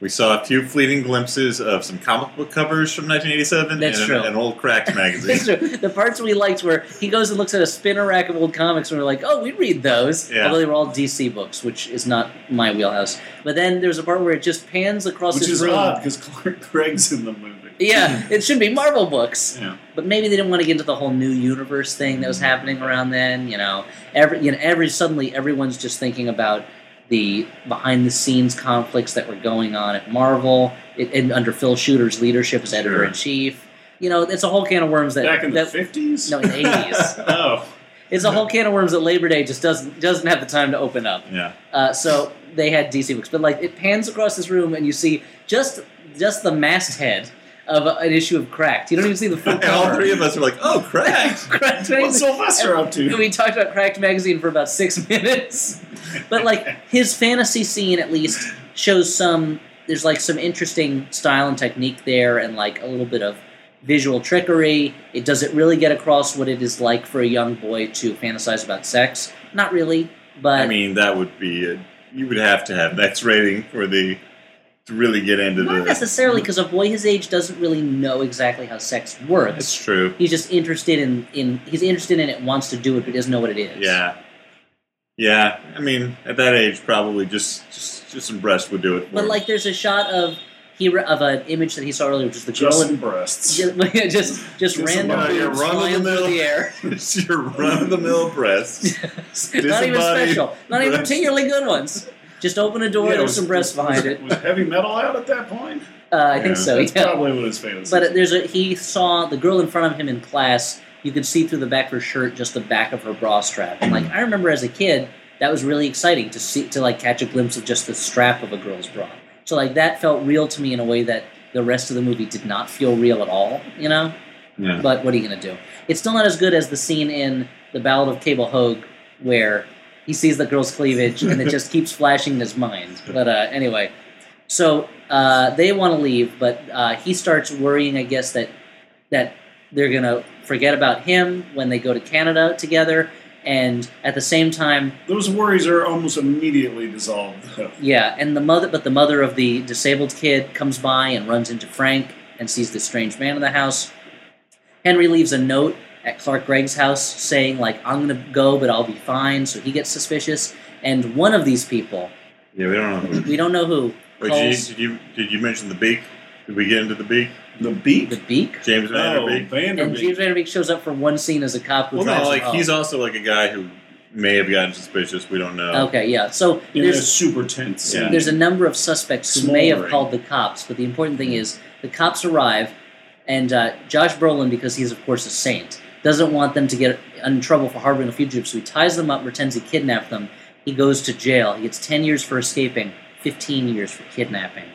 [SPEAKER 1] We saw a few fleeting glimpses of some comic book covers from 1987
[SPEAKER 3] That's
[SPEAKER 1] and
[SPEAKER 3] true.
[SPEAKER 1] An, an old cracked magazine.
[SPEAKER 3] the parts we liked were he goes and looks at a spinner rack of old comics and we're like, oh, we read those.
[SPEAKER 1] Yeah.
[SPEAKER 3] Although they were all DC books, which is not my wheelhouse. But then there's a part where it just pans across
[SPEAKER 2] Which is
[SPEAKER 3] his room.
[SPEAKER 2] odd Hmm. because Clark Greg's in the movie.
[SPEAKER 3] Yeah, it should be Marvel books.
[SPEAKER 2] Yeah.
[SPEAKER 3] but maybe they didn't want to get into the whole new universe thing
[SPEAKER 2] Hmm.
[SPEAKER 3] that was happening around then. You know, every you know every suddenly everyone's just thinking about the behind the scenes conflicts that were going on at Marvel it, and under Phil Shooter's leadership as editor in chief. You know, it's a whole can of worms that
[SPEAKER 2] Back in the
[SPEAKER 3] that,
[SPEAKER 2] fifties.
[SPEAKER 3] no, in the eighties.
[SPEAKER 2] Oh,
[SPEAKER 3] it's a whole can of worms that Labor Day just doesn't doesn't have the time to open up.
[SPEAKER 1] yeah.
[SPEAKER 3] Uh, so they had DC books, but like it pans across this room and you see just just the masthead of a- an issue of Cracked. You don't even see the full
[SPEAKER 1] And all
[SPEAKER 3] cover.
[SPEAKER 1] three of us were like, oh, cracked.
[SPEAKER 3] Cracked magazine.
[SPEAKER 2] what's Sylvester up
[SPEAKER 3] And
[SPEAKER 2] to?
[SPEAKER 3] we talked about Cracked Magazine for about six minutes. But like his fantasy scene at least shows some there's like some interesting style and technique there and like a little bit of visual trickery. It doesn't really get across what it is like for a young boy to fantasize about sex. Not really, but
[SPEAKER 1] I mean, that would be, a, you would have to have X rating for the, to really get into
[SPEAKER 3] not
[SPEAKER 1] this.
[SPEAKER 3] necessarily because a boy his age doesn't really know exactly how sex
[SPEAKER 1] That's
[SPEAKER 3] works.
[SPEAKER 1] true.
[SPEAKER 3] He's just interested in, in he's interested in it, wants to do it, but doesn't know what it is.
[SPEAKER 1] Yeah. Yeah. I mean, at that age, probably just, just, just some breast would do it. For
[SPEAKER 3] But
[SPEAKER 1] him.
[SPEAKER 3] like, there's a shot of he re- of an image that he saw earlier, which is the girl
[SPEAKER 2] Just
[SPEAKER 3] in
[SPEAKER 2] breasts.
[SPEAKER 3] just just, just
[SPEAKER 2] Just
[SPEAKER 3] random
[SPEAKER 2] somebody
[SPEAKER 3] boobs
[SPEAKER 1] running
[SPEAKER 3] flying
[SPEAKER 1] in the
[SPEAKER 3] through the
[SPEAKER 1] middle.
[SPEAKER 3] air.
[SPEAKER 1] it's your run of the mill breast.
[SPEAKER 3] not even
[SPEAKER 1] Disembodied
[SPEAKER 3] special. Not even
[SPEAKER 1] breasts.
[SPEAKER 3] particularly good ones. Just open a door.
[SPEAKER 2] Yeah,
[SPEAKER 3] there's
[SPEAKER 2] was-
[SPEAKER 3] some breasts behind it.
[SPEAKER 2] Was heavy metal out at that point?
[SPEAKER 3] Uh, I think
[SPEAKER 1] Yeah.
[SPEAKER 3] so.
[SPEAKER 2] That's
[SPEAKER 3] Yeah.
[SPEAKER 2] probably what his fantasy.
[SPEAKER 3] But there's a he saw the girl in front of him in class. You could see through the back of her shirt, just the back of her bra strap. And like I remember as a kid, that was really exciting to see to like catch a glimpse of just the strap of a girl's bra. So like that felt real to me in a way that the rest of the movie did not feel real at all. You know.
[SPEAKER 1] Yeah.
[SPEAKER 3] But what are you going to do? It's still not as good as the scene in The Ballad of Cable Hogue where he sees the girl's cleavage and it just keeps flashing in his mind. But uh, anyway, so uh, they want to leave, but uh, he starts worrying, I guess, that that they're gonna forget about him when they go to Canada together, and at the same time,
[SPEAKER 2] Those worries are almost immediately dissolved. though.
[SPEAKER 3] yeah, and the mother, but the mother of the disabled kid comes by and runs into Frank and sees this strange man in the house. Henry leaves a note at Clark Gregg's house saying like, "I'm gonna go, but I'll be fine," so he gets suspicious, and one of these people,
[SPEAKER 1] Yeah, we don't know. Who.
[SPEAKER 3] we don't know who,
[SPEAKER 1] Wait, did,
[SPEAKER 3] calls-
[SPEAKER 1] you, did you did you mention the beak? Did we get into the beak?
[SPEAKER 2] The beak?
[SPEAKER 3] the Beak.
[SPEAKER 1] James Van
[SPEAKER 2] oh,
[SPEAKER 1] Der Beek.
[SPEAKER 3] And James
[SPEAKER 2] Vanderbeek.
[SPEAKER 3] Van Der Beek shows up for one scene as a cop who
[SPEAKER 1] Well,
[SPEAKER 3] drives
[SPEAKER 1] no,
[SPEAKER 3] a
[SPEAKER 1] like
[SPEAKER 3] car.
[SPEAKER 1] he's also like a guy who may have gotten suspicious. We don't know.
[SPEAKER 3] okay, yeah. So
[SPEAKER 2] In a
[SPEAKER 3] there's
[SPEAKER 2] super tense scene.
[SPEAKER 1] Yeah.
[SPEAKER 3] there's a number of suspects who may have
[SPEAKER 2] Smoldering.
[SPEAKER 3] called the cops, but the important thing is the cops arrive, and uh, Josh Brolin, because he's of course a saint, doesn't want them to get in trouble for harboring a fugitive, so he ties them up, pretends he kidnapped them. He goes to jail. He gets ten years for escaping, fifteen years for kidnapping,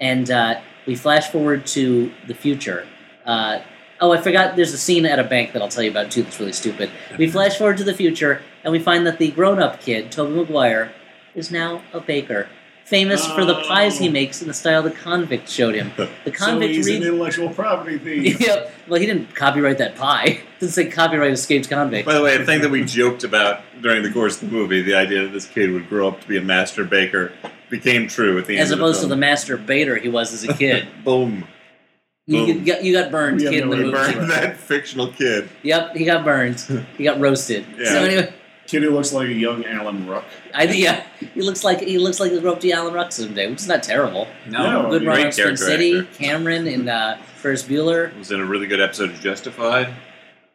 [SPEAKER 3] and uh, we flash forward to the future. Uh, oh, I forgot. There's a scene at a bank that I'll tell you about too. That's really stupid. We flash forward to the future, and we find that the grown-up kid, Toby Maguire, is now a baker, famous for the pies he
[SPEAKER 2] Oh.
[SPEAKER 3] makes in the style the convict showed him. The
[SPEAKER 2] So
[SPEAKER 3] convict
[SPEAKER 2] he's an
[SPEAKER 3] reads.
[SPEAKER 2] intellectual property thief.
[SPEAKER 3] yep. Well, he didn't copyright that pie. Didn't say copyright escaped convict.
[SPEAKER 1] By the way, a thing that we joked about during the course of the movie, the idea that this kid would grow up to be a master baker, became true at the end.
[SPEAKER 3] as
[SPEAKER 1] of
[SPEAKER 3] opposed to
[SPEAKER 1] film.
[SPEAKER 3] the master baiter he was as a kid.
[SPEAKER 1] boom,
[SPEAKER 3] you,
[SPEAKER 1] Boom.
[SPEAKER 3] got, you got burned,
[SPEAKER 2] We have
[SPEAKER 3] kid, in
[SPEAKER 2] no
[SPEAKER 3] the
[SPEAKER 1] we
[SPEAKER 2] idea.
[SPEAKER 3] movie.
[SPEAKER 1] burned that fictional kid.
[SPEAKER 3] Yep, he got burned. He got roasted.
[SPEAKER 1] Yeah.
[SPEAKER 3] So anyway,
[SPEAKER 2] Kid who looks like a young Alan Ruck.
[SPEAKER 3] I think yeah, he looks like he looks like the grow up to Alan Ruck someday, which is not terrible.
[SPEAKER 2] No,
[SPEAKER 3] Good
[SPEAKER 2] great
[SPEAKER 3] run on Spin
[SPEAKER 1] Oh, character
[SPEAKER 3] City,
[SPEAKER 1] actor.
[SPEAKER 3] Cameron and uh, Ferris Bueller.
[SPEAKER 1] Was in a really good episode of Justified.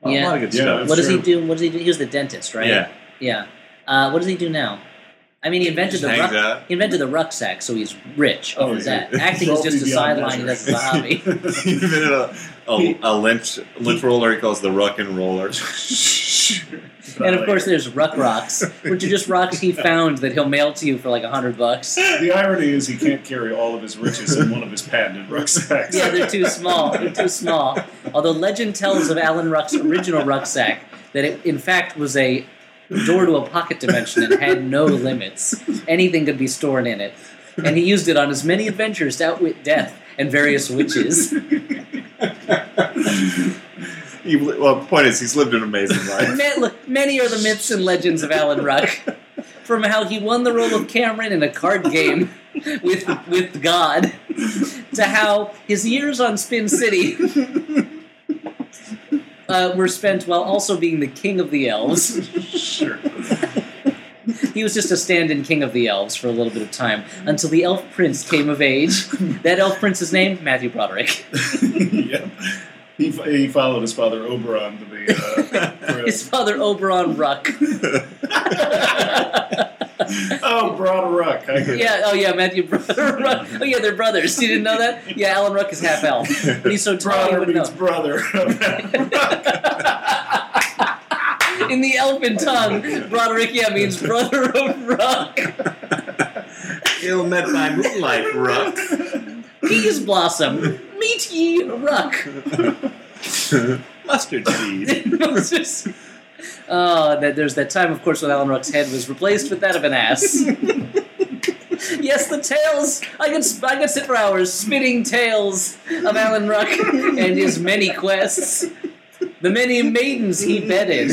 [SPEAKER 1] Oh, A
[SPEAKER 3] Yeah.
[SPEAKER 1] lot of good
[SPEAKER 2] Yeah,
[SPEAKER 1] stuff.
[SPEAKER 2] That's
[SPEAKER 3] what does he
[SPEAKER 2] true.
[SPEAKER 3] do? What does he do? He was the dentist, right?
[SPEAKER 1] Yeah,
[SPEAKER 3] Yeah. Uh, what does he do now? I mean, he invented
[SPEAKER 1] just
[SPEAKER 3] the
[SPEAKER 1] hangs
[SPEAKER 3] ruck-
[SPEAKER 1] out.
[SPEAKER 3] he invented the rucksack, so he's rich.
[SPEAKER 2] Oh,
[SPEAKER 3] off his
[SPEAKER 1] yeah.
[SPEAKER 3] that. Acting is
[SPEAKER 2] Wealthy
[SPEAKER 3] just a
[SPEAKER 2] beyond
[SPEAKER 3] sideline. He does
[SPEAKER 2] measure.
[SPEAKER 3] as a hobby.
[SPEAKER 1] he invented a, a, a lynch lynch roller. He calls the ruck and roller.
[SPEAKER 3] and of course, there's ruck rocks, which are just rocks he found that he'll mail to you for like a hundred bucks.
[SPEAKER 2] the irony is he can't carry all of his riches in one of his patented rucksacks.
[SPEAKER 3] Yeah, they're too small. They're too small. Although legend tells of Alan Ruck's original rucksack that it, in fact, was a door to a pocket dimension and had no limits. Anything could be stored in it. And he used it on as many adventures to outwit death and various witches.
[SPEAKER 1] He, well, point is, he's lived an amazing life.
[SPEAKER 3] Ma- Many are the myths and legends of Alan Ruck. From how he won the role of Cameron in a card game with with God, to how his years on Spin City uh, were spent while also being the king of the elves.
[SPEAKER 2] sure.
[SPEAKER 3] He was just a stand-in king of the elves for a little bit of time until the elf prince came of age. That elf prince's name Matthew Broderick.
[SPEAKER 2] yep. He, f- he followed his father Oberon to the. Uh,
[SPEAKER 3] His father Oberon Ruck.
[SPEAKER 2] oh, Broad Ruck. I get it.
[SPEAKER 3] Yeah. Oh, yeah. Matthew brother. Ruck. Oh, yeah. They're brothers. You didn't know that? Yeah. Alan Ruck is half elf, but he's so tall you
[SPEAKER 2] Brother
[SPEAKER 3] would
[SPEAKER 2] means
[SPEAKER 3] know.
[SPEAKER 2] brother.
[SPEAKER 3] In the elfin tongue, Broderick yeah means brother of Ruck.
[SPEAKER 1] Ill met by moonlight, ruck.
[SPEAKER 3] Peas blossom. Meet ye Ruck.
[SPEAKER 1] Mustard seed.
[SPEAKER 3] It's just- oh, that there's that time, of course, when Alan Ruck's head was replaced with that of an ass. yes, the tales. I could I could sit for hours spinning tales of Alan Ruck and his many quests, the many maidens he bedded,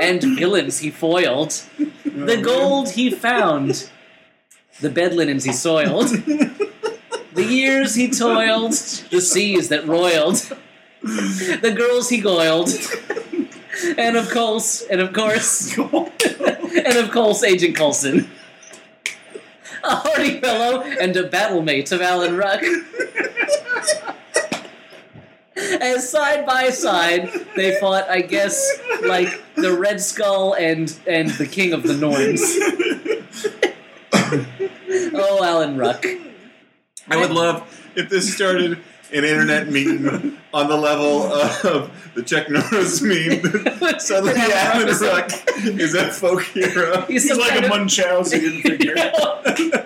[SPEAKER 3] and villains he foiled, the gold he found, the bed linens he soiled. The years he toiled, the seas that roiled, the girls he goiled, and of course, and of course, and of course, Agent Coulson, a hardy fellow and a battle mate of Alan Ruck. As side by side, they fought, I guess, like the Red Skull and and the King of the Norns. oh, Alan Ruck.
[SPEAKER 1] I would love if this started an internet meme on the level of the Chuck Norris meme. Suddenly, Alan Ruck is a folk hero.
[SPEAKER 3] He's,
[SPEAKER 2] He's
[SPEAKER 3] some
[SPEAKER 2] like
[SPEAKER 3] kind
[SPEAKER 2] a
[SPEAKER 3] of-
[SPEAKER 2] Munchausen figure.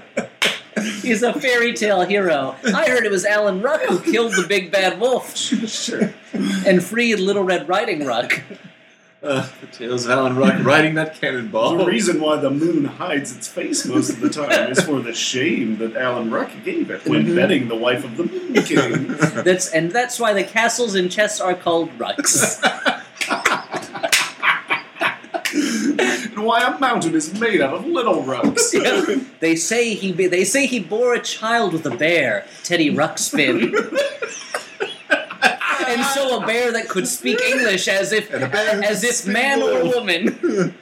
[SPEAKER 3] He's a fairy tale hero. I heard it was Alan Ruck who killed the big bad wolf
[SPEAKER 2] sure.
[SPEAKER 3] and freed Little Red Riding Ruck.
[SPEAKER 1] Uh, it was Alan Ruck riding that cannonball.
[SPEAKER 2] The reason why the moon hides its face most of the time is for the shame that Alan Ruck gave it when
[SPEAKER 3] Mhm.
[SPEAKER 2] betting the wife of the Moon King.
[SPEAKER 3] That's and that's why the castles in chess are called rucks.
[SPEAKER 2] and why a mountain is made out of little rocks.
[SPEAKER 3] Yeah. They say he be- they say he bore a child with a bear, Teddy Ruxpin. and so a bear that could speak English as if
[SPEAKER 1] And a bear who
[SPEAKER 3] as
[SPEAKER 1] could
[SPEAKER 3] if
[SPEAKER 1] speak
[SPEAKER 3] man or
[SPEAKER 1] wool.
[SPEAKER 3] woman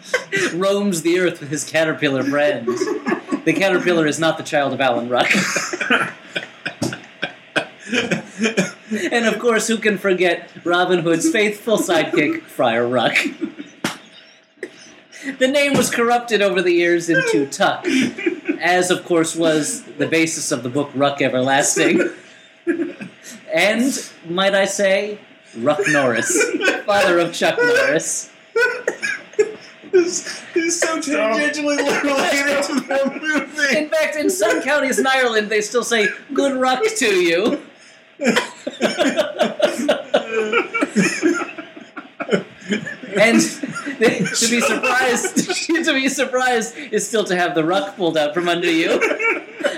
[SPEAKER 3] roams the earth with his caterpillar friend. The caterpillar is not the child of Alan Ruck. and of course, who can forget Robin Hood's faithful sidekick, Friar Ruck? The name was corrupted over the years into Tuck, as of course was the basis of the book Ruck Everlasting. And, might I say, Ruck Norris, father of Chuck Norris.
[SPEAKER 1] It's, it's so
[SPEAKER 2] Stop.
[SPEAKER 1] tangentially related to that movie.
[SPEAKER 3] In fact, in some counties in Ireland, they still say, Good Ruck to you. and to be surprised, to be surprised is still to have the ruck pulled out from under you.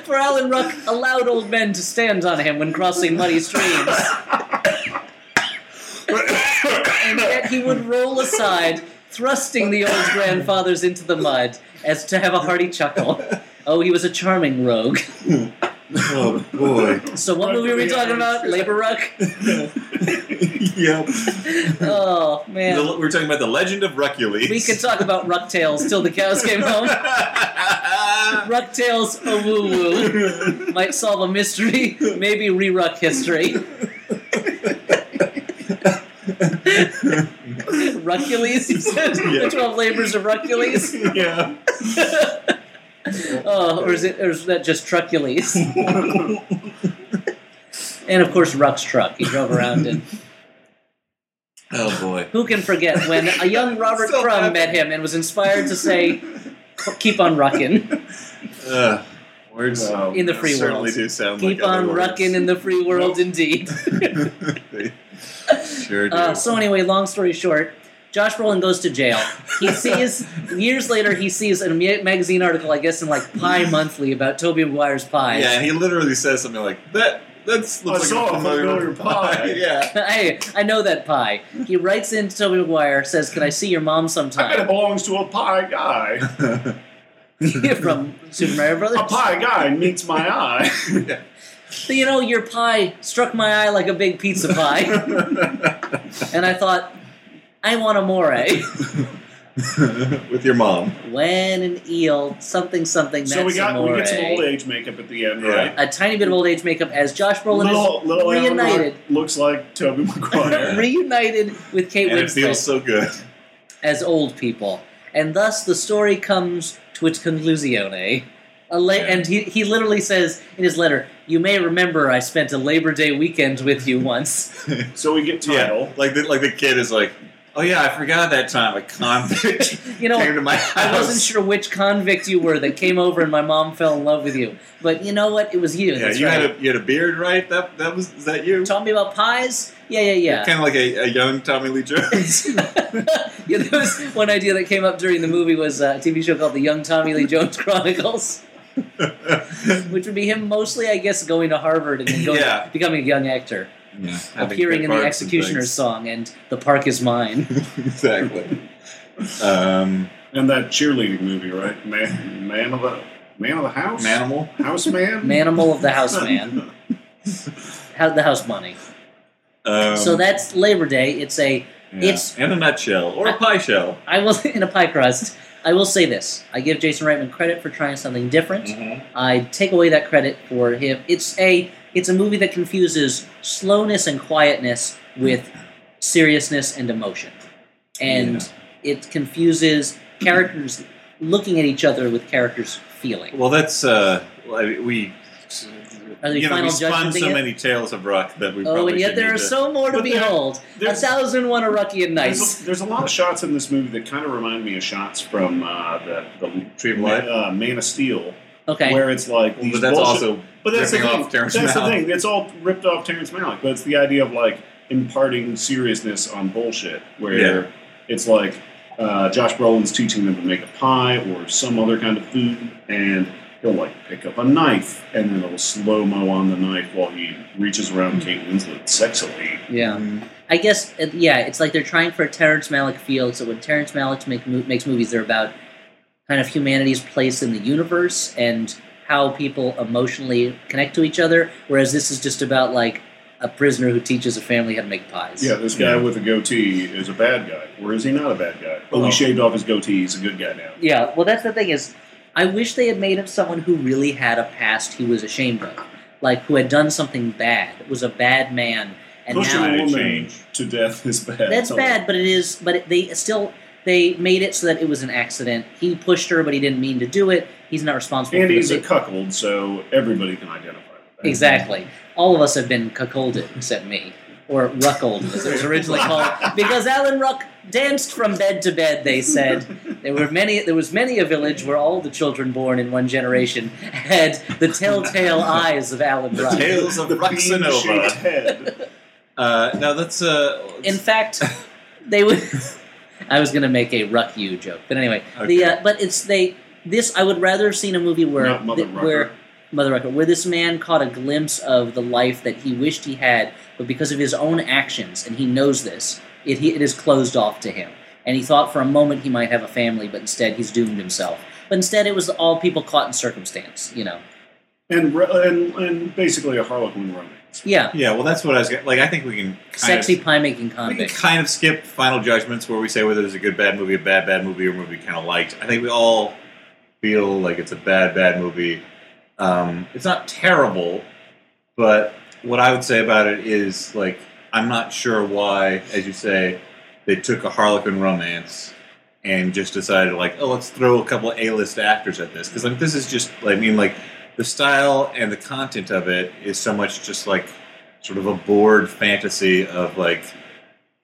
[SPEAKER 3] For Alan Ruck allowed old men to stand on him when crossing muddy streams. and yet he would roll aside, thrusting the old grandfathers into the mud, as to have a hearty chuckle. Oh, he was a charming rogue.
[SPEAKER 1] Oh boy.
[SPEAKER 3] So what
[SPEAKER 2] Ruck
[SPEAKER 3] movie are we
[SPEAKER 2] Leader.
[SPEAKER 3] talking about? Labor Ruck?
[SPEAKER 1] yep.
[SPEAKER 3] Oh
[SPEAKER 1] The-
[SPEAKER 3] man.
[SPEAKER 1] we're talking about the Legend of Ruckules.
[SPEAKER 3] We could talk about Ruck Tales till the cows came home. Ruck Tales a woo woo might solve a mystery, maybe re-ruck history. Ruckules, you said?
[SPEAKER 1] Yeah.
[SPEAKER 3] The Twelve Labors of Ruckules?
[SPEAKER 1] yeah.
[SPEAKER 3] Oh, or is it? Or is that just Truckules? and of course, Ruck's truck. He drove around, and
[SPEAKER 1] Oh boy.
[SPEAKER 3] who can forget when a young Robert
[SPEAKER 1] Still
[SPEAKER 3] Crumb
[SPEAKER 1] happened.
[SPEAKER 3] met him and was inspired to say, "Keep on rucking
[SPEAKER 1] Uh, words Oh,
[SPEAKER 2] Wow.
[SPEAKER 3] in the free
[SPEAKER 1] certainly
[SPEAKER 3] world.
[SPEAKER 1] do sound
[SPEAKER 3] Keep
[SPEAKER 1] like
[SPEAKER 3] on
[SPEAKER 1] other words.
[SPEAKER 3] rucking in the free world, indeed."
[SPEAKER 1] They sure do.
[SPEAKER 3] Uh, so anyway, long story short, Josh Brolin goes to jail. He sees years later he sees a ma- magazine article, I guess in like Pie Monthly, about Toby Maguire's pies.
[SPEAKER 1] yeah, and he literally says something like that. That's looks
[SPEAKER 2] I
[SPEAKER 1] like
[SPEAKER 2] saw a familiar pie.
[SPEAKER 1] yeah.
[SPEAKER 3] hey, I know that pie. He writes in to Toby Maguire, says, Can I see your mom
[SPEAKER 2] I bet it
[SPEAKER 3] sometime?
[SPEAKER 2] belongs to a pie guy.
[SPEAKER 3] From Super Mario Brothers.
[SPEAKER 2] A pie guy meets my eye.
[SPEAKER 3] So, you know, your pie struck my eye like a big pizza pie. and I thought, I want a more.
[SPEAKER 1] With your mom.
[SPEAKER 3] when an eel, something, something, that's
[SPEAKER 2] so we got
[SPEAKER 3] amore.
[SPEAKER 2] we get some old age makeup at the end,
[SPEAKER 1] Yeah.
[SPEAKER 2] right?
[SPEAKER 3] a tiny bit of old age makeup as Josh Brolin
[SPEAKER 2] Little, little
[SPEAKER 3] is
[SPEAKER 2] Alan Ruck
[SPEAKER 3] reunited.
[SPEAKER 2] looks like Toby
[SPEAKER 1] Maguire.
[SPEAKER 2] McGuire.
[SPEAKER 3] reunited with Kate
[SPEAKER 1] and
[SPEAKER 3] Winslet
[SPEAKER 1] it feels so good.
[SPEAKER 3] as old people. And thus the story comes to its conclusione. A la-
[SPEAKER 1] Yeah.
[SPEAKER 3] And he, he literally says in his letter, You may remember I spent a Labor Day weekend with you once.
[SPEAKER 2] so we get title.
[SPEAKER 1] Yeah, like the, like the kid is like, oh yeah, I forgot that time a convict
[SPEAKER 3] You know,
[SPEAKER 1] came to my house.
[SPEAKER 3] I wasn't sure which convict you were that came over and my mom fell in love with you. But you know what? It was you.
[SPEAKER 1] Yeah,
[SPEAKER 3] That's
[SPEAKER 1] you
[SPEAKER 3] right.
[SPEAKER 1] had a you had a beard, right? That that was is that you?
[SPEAKER 3] Taught me about pies? Yeah, yeah, yeah.
[SPEAKER 1] Kind of like a, a young Tommy Lee Jones.
[SPEAKER 3] yeah, there was one idea that came up during the movie was uh, a TV show called The Young Tommy Lee Jones Chronicles, which would be him mostly, I guess, going to Harvard and then going
[SPEAKER 1] Yeah.
[SPEAKER 3] becoming a young actor,
[SPEAKER 1] yeah,
[SPEAKER 3] appearing in the Executioner's song and "The Park Is Mine."
[SPEAKER 1] exactly. Um,
[SPEAKER 2] And that cheerleading movie, right? Man, man of the man of the house,
[SPEAKER 1] Manimal.
[SPEAKER 2] house man,
[SPEAKER 3] Manimal of the House Man, How- the House Money.
[SPEAKER 1] Um,
[SPEAKER 3] so that's Labor Day. It's a
[SPEAKER 1] yeah.
[SPEAKER 3] it's-
[SPEAKER 1] in a nutshell or a pie shell.
[SPEAKER 3] I will in a pie crust. I will say this: I give Jason Reitman credit for trying something different.
[SPEAKER 2] Mm-hmm.
[SPEAKER 3] I take away that credit for him. It's a it's a movie that confuses slowness and quietness with seriousness and emotion, and it confuses characters looking at each other with characters feeling.
[SPEAKER 1] Well, that's uh, I mean, we.
[SPEAKER 3] Are there
[SPEAKER 1] you know, we
[SPEAKER 3] final
[SPEAKER 1] spun
[SPEAKER 3] judgments
[SPEAKER 1] so
[SPEAKER 3] yet?
[SPEAKER 1] many tales of rock that we.
[SPEAKER 3] Oh,
[SPEAKER 1] probably
[SPEAKER 3] and yet
[SPEAKER 1] should
[SPEAKER 3] there
[SPEAKER 1] need
[SPEAKER 3] are
[SPEAKER 1] to-
[SPEAKER 3] so more to
[SPEAKER 2] But there-
[SPEAKER 3] behold. A
[SPEAKER 2] there's-
[SPEAKER 3] thousand one Arucky and
[SPEAKER 2] There's
[SPEAKER 3] Nice.
[SPEAKER 2] a, there's a lot of shots in this movie that kind of remind me of shots from uh, the, the
[SPEAKER 1] Tree of
[SPEAKER 2] Ma-
[SPEAKER 1] Life?
[SPEAKER 2] uh, Man of Steel,
[SPEAKER 3] Okay.
[SPEAKER 2] where it's like these
[SPEAKER 1] But that's
[SPEAKER 2] bullshit-
[SPEAKER 1] also
[SPEAKER 2] but that's the
[SPEAKER 1] ripping
[SPEAKER 2] thing.
[SPEAKER 1] off Terrence
[SPEAKER 2] that's the
[SPEAKER 1] Malick.
[SPEAKER 2] thing. It's all ripped off Terrence Malick, but it's the idea of like imparting seriousness on bullshit. Where It's like uh, Josh Brolin's teaching them to make a pie or some other kind of food, and he'll like pick up a knife, and then it'll slow mo on the knife while he reaches around Kate Winslet sexily.
[SPEAKER 3] Yeah. I guess uh, yeah, it's like they're trying for a Terrence Malick feel. So when Terrence Malick make, mo- makes movies, they're about kind of humanity's place in the universe and how people emotionally connect to each other. Whereas this is just about like a prisoner who teaches a family how to make pies.
[SPEAKER 2] Yeah, this guy with a goatee is a bad guy, or is he not a bad guy? Oh,
[SPEAKER 3] Well-
[SPEAKER 2] we shaved off his goatee. He's a good guy now.
[SPEAKER 3] Yeah, well, that's the thing is, I wish they had made him someone who really had a past he was ashamed of, like who had done something bad, was a bad man, and
[SPEAKER 2] Pushing
[SPEAKER 3] now
[SPEAKER 2] a
[SPEAKER 1] It
[SPEAKER 2] woman
[SPEAKER 1] changed.
[SPEAKER 2] to death is bad.
[SPEAKER 3] that's
[SPEAKER 2] Tell
[SPEAKER 3] bad. But it is, but it, they still they made it so that it was an accident. He pushed her, but he didn't mean to do it. He's not responsible.
[SPEAKER 2] And
[SPEAKER 3] for the
[SPEAKER 2] he's a
[SPEAKER 3] big-
[SPEAKER 2] cuckold, so everybody can identify with that.
[SPEAKER 3] exactly. All of us have been cuckolded except me. Or ruckolded, as it was originally called, because Alan Ruck danced from bed to bed. They said there were many. There was many a village where all the children born in one generation had the telltale eyes of Alan
[SPEAKER 1] The
[SPEAKER 3] Ruck.
[SPEAKER 1] tail- Tales of
[SPEAKER 2] the
[SPEAKER 1] Ruxinova.
[SPEAKER 2] bean-shaped head.
[SPEAKER 1] Uh, now that's uh,
[SPEAKER 3] In fact, they would. I was going to make a ruck you joke, but anyway, the uh, but it's they. This I would rather have seen a movie where
[SPEAKER 2] Not Mother
[SPEAKER 3] th- where
[SPEAKER 2] Rucker.
[SPEAKER 3] Mother Rucker, where this man caught a glimpse of the life that he wished he had, but because of his own actions, and he knows this, it, he, it is closed off to him. And he thought for a moment he might have a family, but instead he's doomed himself. But instead, it was all people caught in circumstance, you know.
[SPEAKER 2] and, re- and and basically a Harlequin romance.
[SPEAKER 3] Yeah,
[SPEAKER 1] yeah. Well, that's what I was gonna- like. I think we can kind
[SPEAKER 3] sexy
[SPEAKER 1] Of,
[SPEAKER 3] pie making
[SPEAKER 1] we can
[SPEAKER 3] convict.
[SPEAKER 1] kind of skip final judgments where we say whether there's a good bad movie, a bad bad movie, or a movie kind of liked. I think we all feel like it's a bad bad movie. Um, it's not terrible, but what I would say about it is like I'm not sure why, as you say, they took a Harlequin romance and just decided like, oh, let's throw a couple A-list actors at this because like this is just I mean like the style and the content of it is so much just like sort of a bored fantasy of like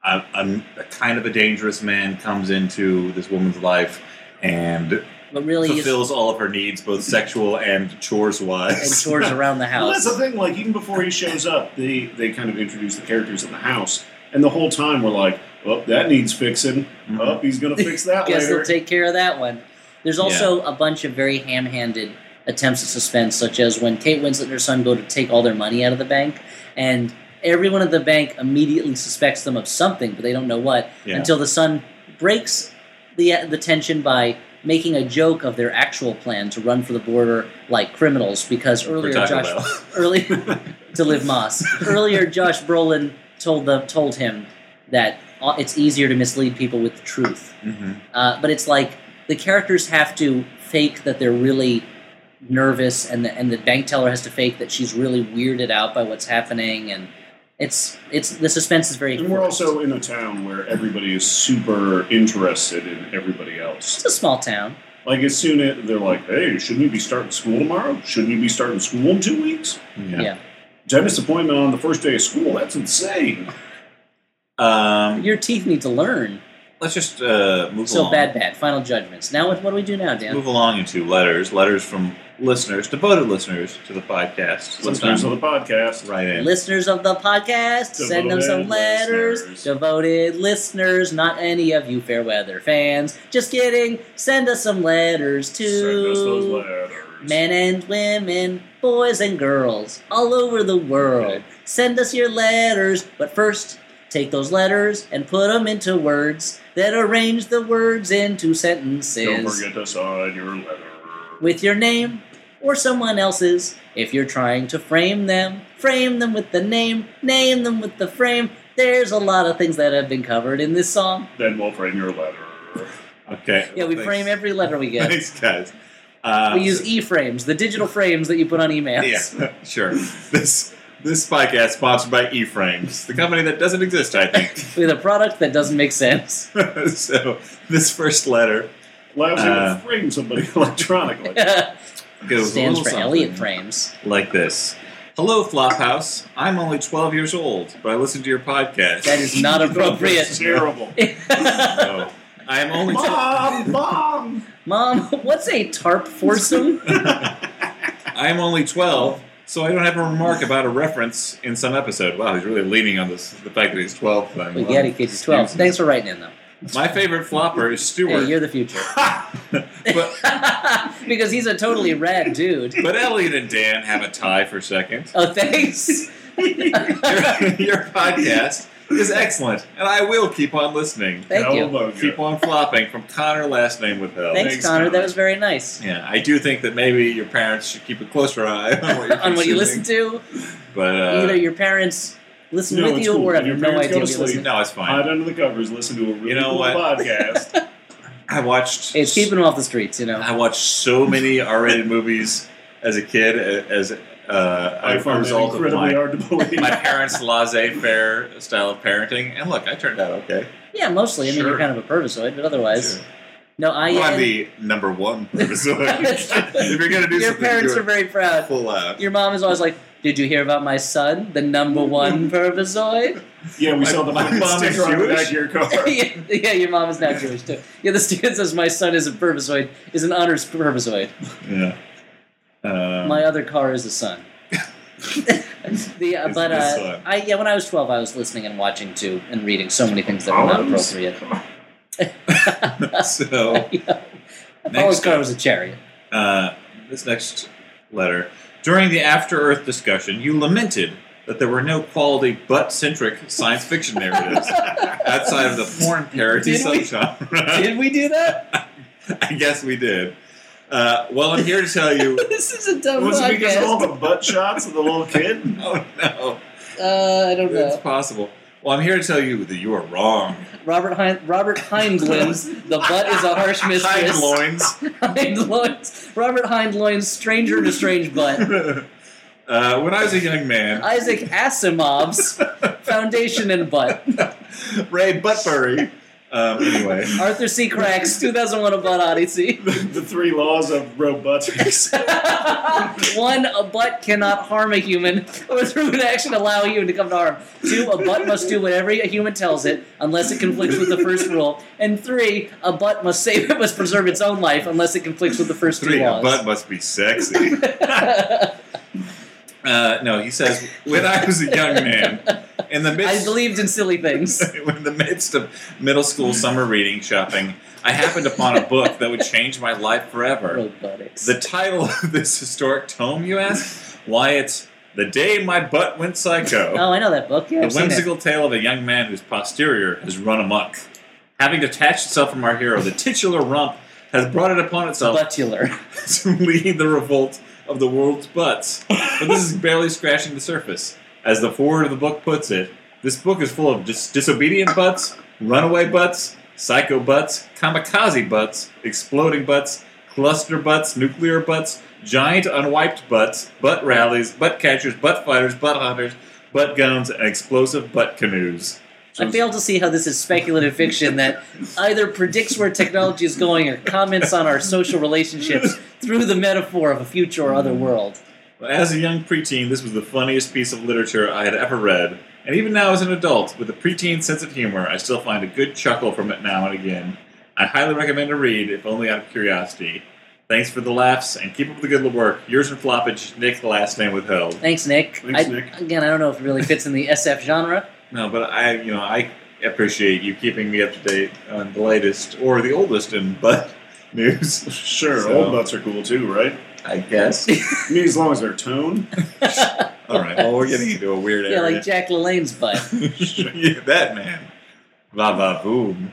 [SPEAKER 1] I'm, I'm a kind of a dangerous man comes into this woman's life and
[SPEAKER 3] But really, he's and
[SPEAKER 1] fulfills all of her needs, both sexual and chores wise.
[SPEAKER 3] chores around the
[SPEAKER 2] Well, that's
[SPEAKER 3] house.
[SPEAKER 2] the thing. Like even before he shows up, they they kind of introduce the characters in the house, and the whole time we're like, "Well, that needs fixing. Oh, he's gonna fix that
[SPEAKER 3] Guess
[SPEAKER 2] later."
[SPEAKER 3] they'll take care of that one. There's also a bunch of very ham-handed attempts at suspense, such as when Kate Winslet and her son go to take all their money out of the bank, and everyone at the bank immediately suspects them of something, but they don't know what.
[SPEAKER 1] Yeah.
[SPEAKER 3] Until the son breaks the the tension by making a joke of their actual plan to run for the border like criminals, because
[SPEAKER 1] For
[SPEAKER 3] earlier
[SPEAKER 1] Taco
[SPEAKER 3] Josh
[SPEAKER 1] Bell.
[SPEAKER 3] early to live Moss. Earlier, Josh Brolin told the told him that uh, it's easier to mislead people with the truth.
[SPEAKER 1] Mhm.
[SPEAKER 3] Uh, but it's like the characters have to fake that they're really nervous, and the and the bank teller has to fake that she's really weirded out by what's happening, and it's it's the suspense is very.
[SPEAKER 2] and we're
[SPEAKER 3] forced.
[SPEAKER 2] also in a town where everybody is super interested in everybody else.
[SPEAKER 3] it's a small town.
[SPEAKER 2] Like as soon as they're like, "Hey, shouldn't you be starting school tomorrow? Shouldn't you be starting school in two weeks?
[SPEAKER 1] Yeah.
[SPEAKER 3] yeah.
[SPEAKER 2] Dentist appointment on the first day of school? That's insane."
[SPEAKER 1] Um,
[SPEAKER 3] Your teeth need to learn.
[SPEAKER 1] let's just uh, move
[SPEAKER 3] So
[SPEAKER 1] along.
[SPEAKER 3] bad, bad. Final judgments. Now, what, what do we do now, Dan?
[SPEAKER 1] Move along into letters. Letters from listeners, devoted listeners to the podcast.
[SPEAKER 2] Listeners of
[SPEAKER 1] Sometimes
[SPEAKER 2] the podcast,
[SPEAKER 1] right in.
[SPEAKER 3] Listeners of the podcast, send them some
[SPEAKER 2] Devoted
[SPEAKER 3] letters.
[SPEAKER 2] listeners.
[SPEAKER 3] Devoted listeners, not any of you fair weather fans. Just kidding. Send us some letters to
[SPEAKER 2] Send us those letters.
[SPEAKER 3] men and women, boys and girls, all over the world.
[SPEAKER 1] Okay.
[SPEAKER 3] Send us your letters, but first, take those letters and put them into words. Then arrange the words into
[SPEAKER 2] Don't
[SPEAKER 3] sentences
[SPEAKER 2] forget to sign your letter.
[SPEAKER 3] with your name or someone else's. If you're trying to frame them, frame them with the name, name them with the frame. There's a lot of things that have been covered in this song.
[SPEAKER 2] then we'll frame your letter.
[SPEAKER 1] Okay.
[SPEAKER 3] Yeah, we
[SPEAKER 1] Thanks.
[SPEAKER 3] frame every letter we get.
[SPEAKER 1] Thanks, guys. Uh,
[SPEAKER 3] We use e-frames, the digital frames that you put on emails.
[SPEAKER 1] Yeah, sure. This this podcast sponsored by E-Frames, the company that doesn't exist, I think.
[SPEAKER 3] With a product that doesn't make sense.
[SPEAKER 1] so this first letter
[SPEAKER 2] Allows you
[SPEAKER 1] Uh,
[SPEAKER 2] to frame somebody electronically.
[SPEAKER 3] Stands
[SPEAKER 1] goes a little
[SPEAKER 3] for
[SPEAKER 1] something
[SPEAKER 3] Elliot frames.
[SPEAKER 1] like this. Hello, Flophouse. I'm only 12 years old, but I listen to your podcast.
[SPEAKER 3] That is not
[SPEAKER 2] That's
[SPEAKER 3] appropriate.
[SPEAKER 2] terrible.
[SPEAKER 1] no. I am only.
[SPEAKER 2] mom, mom.
[SPEAKER 3] Mom, what's a tarp foursome?
[SPEAKER 1] I am only 12, so I don't have a remark about a reference in some episode. Wow, he's really leaning on this the fact that he's 12 thing.
[SPEAKER 3] we
[SPEAKER 1] Wow.
[SPEAKER 3] get it, kids. Twelve. Thanks for writing in though.
[SPEAKER 1] My favorite flopper is
[SPEAKER 3] Hey,
[SPEAKER 1] Stewart.
[SPEAKER 3] you're the future.
[SPEAKER 1] but
[SPEAKER 3] because he's a totally rad dude.
[SPEAKER 1] but Elliot and Dan have a tie for second.
[SPEAKER 3] Oh, thanks.
[SPEAKER 1] Your, your podcast is excellent, and I will keep on listening.
[SPEAKER 3] Thank you.
[SPEAKER 1] Keep on flopping from Connor, last name with L.
[SPEAKER 3] Thanks,
[SPEAKER 2] Thanks,
[SPEAKER 3] Connor.
[SPEAKER 2] Connor.
[SPEAKER 3] That was very nice.
[SPEAKER 1] Yeah, I do think that maybe your parents should keep a closer eye on what, you're
[SPEAKER 3] On what you
[SPEAKER 1] consuming,
[SPEAKER 3] listen to,
[SPEAKER 1] But uh,
[SPEAKER 3] either your parents listen
[SPEAKER 2] No,
[SPEAKER 3] with
[SPEAKER 2] it's
[SPEAKER 3] you,
[SPEAKER 2] cool.
[SPEAKER 3] or I have
[SPEAKER 2] Your
[SPEAKER 3] no
[SPEAKER 2] parents
[SPEAKER 3] idea
[SPEAKER 2] go
[SPEAKER 3] what
[SPEAKER 2] to
[SPEAKER 3] you're
[SPEAKER 2] sleep.
[SPEAKER 3] listening.
[SPEAKER 1] no, it's fine.
[SPEAKER 2] Hide under the covers, listen to a really
[SPEAKER 1] You know
[SPEAKER 2] cool
[SPEAKER 1] what?
[SPEAKER 2] podcast.
[SPEAKER 1] I watched.
[SPEAKER 3] It's keeping them off the streets, you know.
[SPEAKER 1] I watched so many R-rated movies as a kid a- as uh,
[SPEAKER 2] I
[SPEAKER 1] a
[SPEAKER 2] find that
[SPEAKER 1] result of
[SPEAKER 2] incredibly
[SPEAKER 1] my,
[SPEAKER 2] hard to believe.
[SPEAKER 1] my parents' laissez-faire style of parenting. And look, I turned out okay.
[SPEAKER 3] yeah, mostly. I mean, you're
[SPEAKER 2] Sure.
[SPEAKER 3] kind of a perversoid, but otherwise,
[SPEAKER 1] Sure.
[SPEAKER 3] no. I.
[SPEAKER 1] Well, I'm
[SPEAKER 3] and-
[SPEAKER 1] the number one. person. if you're gonna do
[SPEAKER 3] your
[SPEAKER 1] something,
[SPEAKER 3] parents
[SPEAKER 1] do
[SPEAKER 3] are
[SPEAKER 1] it
[SPEAKER 3] very proud.
[SPEAKER 1] full out.
[SPEAKER 3] Your mom is always like, "Did you hear about my son, the number one perversoid?"
[SPEAKER 2] yeah, we
[SPEAKER 1] My-
[SPEAKER 2] saw the
[SPEAKER 1] my
[SPEAKER 2] fucking
[SPEAKER 1] mom is
[SPEAKER 2] sticker on the back
[SPEAKER 1] Jewish.
[SPEAKER 2] of your car.
[SPEAKER 3] yeah, yeah, your mom is now Jewish too. Yeah, the student says my son is a perversoid, is an honors perversoid.
[SPEAKER 1] Yeah. Um,
[SPEAKER 3] my other car is a son. the, uh,
[SPEAKER 1] It's
[SPEAKER 3] but
[SPEAKER 1] this
[SPEAKER 3] uh,
[SPEAKER 1] son.
[SPEAKER 3] I yeah, when I was twelve, I was listening and watching too, and reading so many things that were not
[SPEAKER 2] Columns?
[SPEAKER 3] appropriate.
[SPEAKER 1] so
[SPEAKER 3] Paul's
[SPEAKER 1] next
[SPEAKER 3] car was a chariot.
[SPEAKER 1] Uh, this next letter. During the After Earth discussion, you lamented that there were no quality butt centric science fiction narratives outside of the porn parody
[SPEAKER 3] Did we-
[SPEAKER 1] subgenre.
[SPEAKER 3] Did we do that?
[SPEAKER 1] I guess we did. Uh, well, I'm here to tell you.
[SPEAKER 3] this is a dumb
[SPEAKER 2] Was it because of all
[SPEAKER 3] podcast.
[SPEAKER 2] the butt shots of the little kid?
[SPEAKER 1] Oh no,
[SPEAKER 3] Uh, I don't
[SPEAKER 1] it's
[SPEAKER 3] know.
[SPEAKER 1] possible. Well, I'm here to tell you that you are wrong.
[SPEAKER 3] Robert hein- Robert Heinlein's "The Butt Is a Harsh Mistress."
[SPEAKER 1] Hind loins.
[SPEAKER 3] Hindloin's Robert Hindloin's Stranger to Strange Butt.
[SPEAKER 1] Uh, when I was a young man,
[SPEAKER 3] Isaac Asimov's Foundation and Butt.
[SPEAKER 1] Ray Buttbury. Um, anyway,
[SPEAKER 3] Arthur C. Crack's 2001 A Butt Odyssey.
[SPEAKER 2] the, the three laws of robotics.
[SPEAKER 3] One, a butt cannot harm a human or through an action allow a human to come to harm. Two, a butt must do whatever a human tells it unless it conflicts with the first rule. And three, a butt must save it must preserve its own life unless it conflicts with the first
[SPEAKER 1] three.
[SPEAKER 3] two
[SPEAKER 1] A
[SPEAKER 3] laws.
[SPEAKER 1] butt must be sexy. Uh, no, he says, when I was a young man, in the
[SPEAKER 3] I
[SPEAKER 1] midst,
[SPEAKER 3] believed in silly things.
[SPEAKER 1] in the midst of middle school summer reading shopping, I happened upon a book that would change my life forever.
[SPEAKER 3] Robotics.
[SPEAKER 1] The title of this historic tome, you ask? Why, it's The Day My Butt Went Psycho.
[SPEAKER 3] oh, I know that book. Yeah,
[SPEAKER 1] The
[SPEAKER 3] I've seen it.
[SPEAKER 1] whimsical tale of a young man whose posterior has run amok. Having detached itself from our hero, the titular rump has brought it upon itself
[SPEAKER 3] Buttular.
[SPEAKER 1] to lead the revolt of the world's butts. But this is barely scratching the surface. As the forward of the book puts it, this book is full of dis- disobedient butts, runaway butts, psycho butts, kamikaze butts, exploding butts, cluster butts, nuclear butts, giant unwiped butts, butt rallies, butt catchers, butt fighters, butt hunters, butt guns, and explosive butt canoes.
[SPEAKER 3] I fail to see how this is speculative fiction that either predicts where technology is going or comments on our social relationships through the metaphor of a future or other world.
[SPEAKER 1] As a young preteen, this was the funniest piece of literature I had ever read, and even now as an adult, with a preteen sense of humor, I still find a good chuckle from it now and again. I highly recommend a read, if only out of curiosity. Thanks for the laughs, and keep up the good work. Yours in floppage, Nick, last name withheld.
[SPEAKER 3] Thanks, Nick.
[SPEAKER 2] Thanks,
[SPEAKER 3] I-
[SPEAKER 2] Nick.
[SPEAKER 3] Again, I don't know if it really fits in the SF genre.
[SPEAKER 1] No, but I, you know, I appreciate you keeping me up to date on the latest or the oldest in butt news.
[SPEAKER 2] Sure,
[SPEAKER 1] So-
[SPEAKER 2] old butts are cool too, right?
[SPEAKER 1] I guess.
[SPEAKER 2] I mean, as long as they're toned.
[SPEAKER 1] All right. Well, we're getting into a weird
[SPEAKER 3] Yeah,
[SPEAKER 1] area.
[SPEAKER 3] like Jack LaLanne's butt.
[SPEAKER 1] yeah, that man. Va va boom.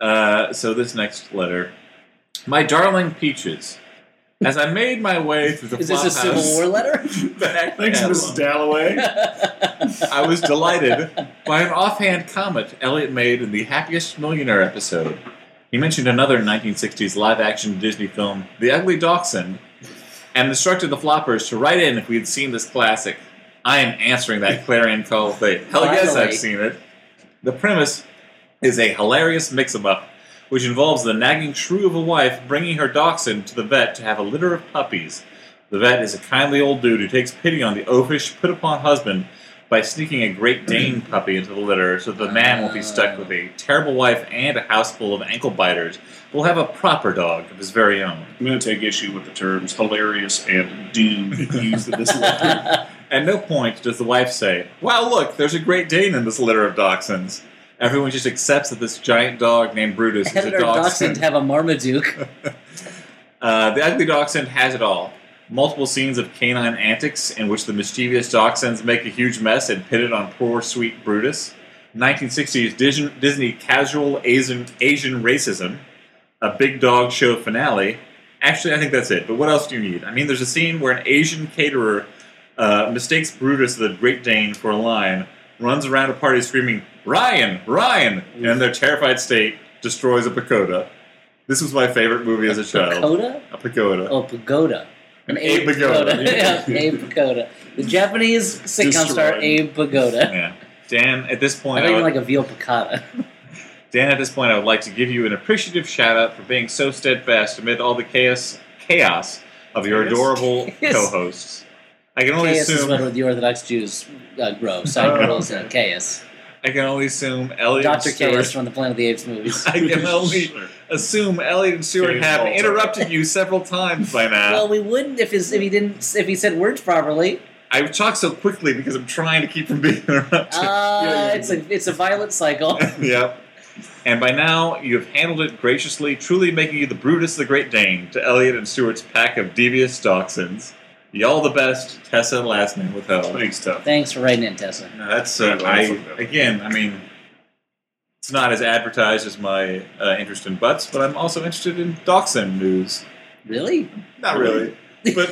[SPEAKER 1] Uh, so this next letter, my darling peaches, as I made my way through the
[SPEAKER 3] Is this a Civil War letter?
[SPEAKER 1] back
[SPEAKER 2] Thanks,
[SPEAKER 1] catalog,
[SPEAKER 2] Mrs. Dalloway.
[SPEAKER 1] I was delighted by an offhand comment Elliot made in the Happiest Millionaire episode. He mentioned another 1960s live-action Disney film, The Ugly Dachshund, and instructed the floppers to write in if we had seen this classic. I am answering that clarion call with a hell yes,
[SPEAKER 3] Finally.
[SPEAKER 1] I've seen it. The premise is a hilarious mix-em-up, which involves the nagging shrew of a wife bringing her dachshund to the vet to have a litter of puppies. The vet is a kindly old dude who takes pity on the oafish, put-upon husband by sneaking a Great Dane puppy into the litter, so the man will be stuck with a terrible wife and a house full of ankle biters. Will have a proper dog of his very own.
[SPEAKER 2] I'm going to take issue with the terms hilarious and doom used in this letter.
[SPEAKER 1] At no point does the wife say, Wow, look, there's a Great Dane in this litter of dachshunds. Everyone just accepts that this giant dog named Brutus is
[SPEAKER 3] How
[SPEAKER 1] a
[SPEAKER 3] did our dachshund
[SPEAKER 1] dachshund.
[SPEAKER 3] have a Marmaduke?
[SPEAKER 1] Uh, the ugly dachshund has it all. Multiple scenes of canine antics in which the mischievous dachshunds make a huge mess and pit it on poor, sweet Brutus. 1960s Dis- Disney casual Asian, Asian racism. A big dog show finale. Actually, I think that's it. But what else do you need? I mean, there's a scene where an Asian caterer uh, mistakes Brutus the Great Dane for a lion, runs around a party screaming, Ryan! Ryan! And in their terrified state, destroys a pagoda. This was my favorite movie as a child.
[SPEAKER 3] Pagoda?
[SPEAKER 1] A pagoda.
[SPEAKER 3] Oh, pagoda.
[SPEAKER 1] An Abe Pagoda.
[SPEAKER 3] yeah, Abe Pagoda. The Japanese sitcom star
[SPEAKER 2] Destroyed.
[SPEAKER 3] Abe Pagoda.
[SPEAKER 1] Yeah. Dan, at this
[SPEAKER 3] I
[SPEAKER 1] point,
[SPEAKER 3] don't
[SPEAKER 1] I
[SPEAKER 3] even
[SPEAKER 1] would,
[SPEAKER 3] like a veal piccata.
[SPEAKER 1] Dan, at this point, I would like to give you an appreciative shout out for being so steadfast amid all the chaos, chaos of your
[SPEAKER 2] Chaos?
[SPEAKER 1] adorable
[SPEAKER 3] Yes.
[SPEAKER 1] co-hosts. I can only
[SPEAKER 3] Chaos is
[SPEAKER 1] assume.
[SPEAKER 3] what the Orthodox Jews uh, grow. Side
[SPEAKER 2] Oh,
[SPEAKER 3] girls and chaos.
[SPEAKER 1] I can only assume Elliot and
[SPEAKER 3] Dr. Chaos
[SPEAKER 1] Stewart.
[SPEAKER 3] from the Planet of the Apes movies.
[SPEAKER 1] I can only assume Elliot and Stewart
[SPEAKER 2] Chaos
[SPEAKER 1] have
[SPEAKER 2] Walter.
[SPEAKER 1] interrupted you several times by now.
[SPEAKER 3] Well, we wouldn't if his, if he didn't if he said words properly.
[SPEAKER 1] I talk so quickly because I'm trying to keep from being interrupted.
[SPEAKER 3] Uh,
[SPEAKER 2] Yeah, yeah,
[SPEAKER 3] it's a it's a violent cycle.
[SPEAKER 1] yep. And by now, you have handled it graciously, truly making you the Brutus the Great Dane to Elliot and Stewart's pack of devious dachshunds. Y'all the best, Tessa last name withheld.
[SPEAKER 2] Thanks, Tough.
[SPEAKER 3] Thanks for writing in, Tessa.
[SPEAKER 1] No, that's uh, I again. I mean, it's not as advertised as my uh, interest in butts, but I'm also interested in dachshund news.
[SPEAKER 3] Really?
[SPEAKER 1] Not really, but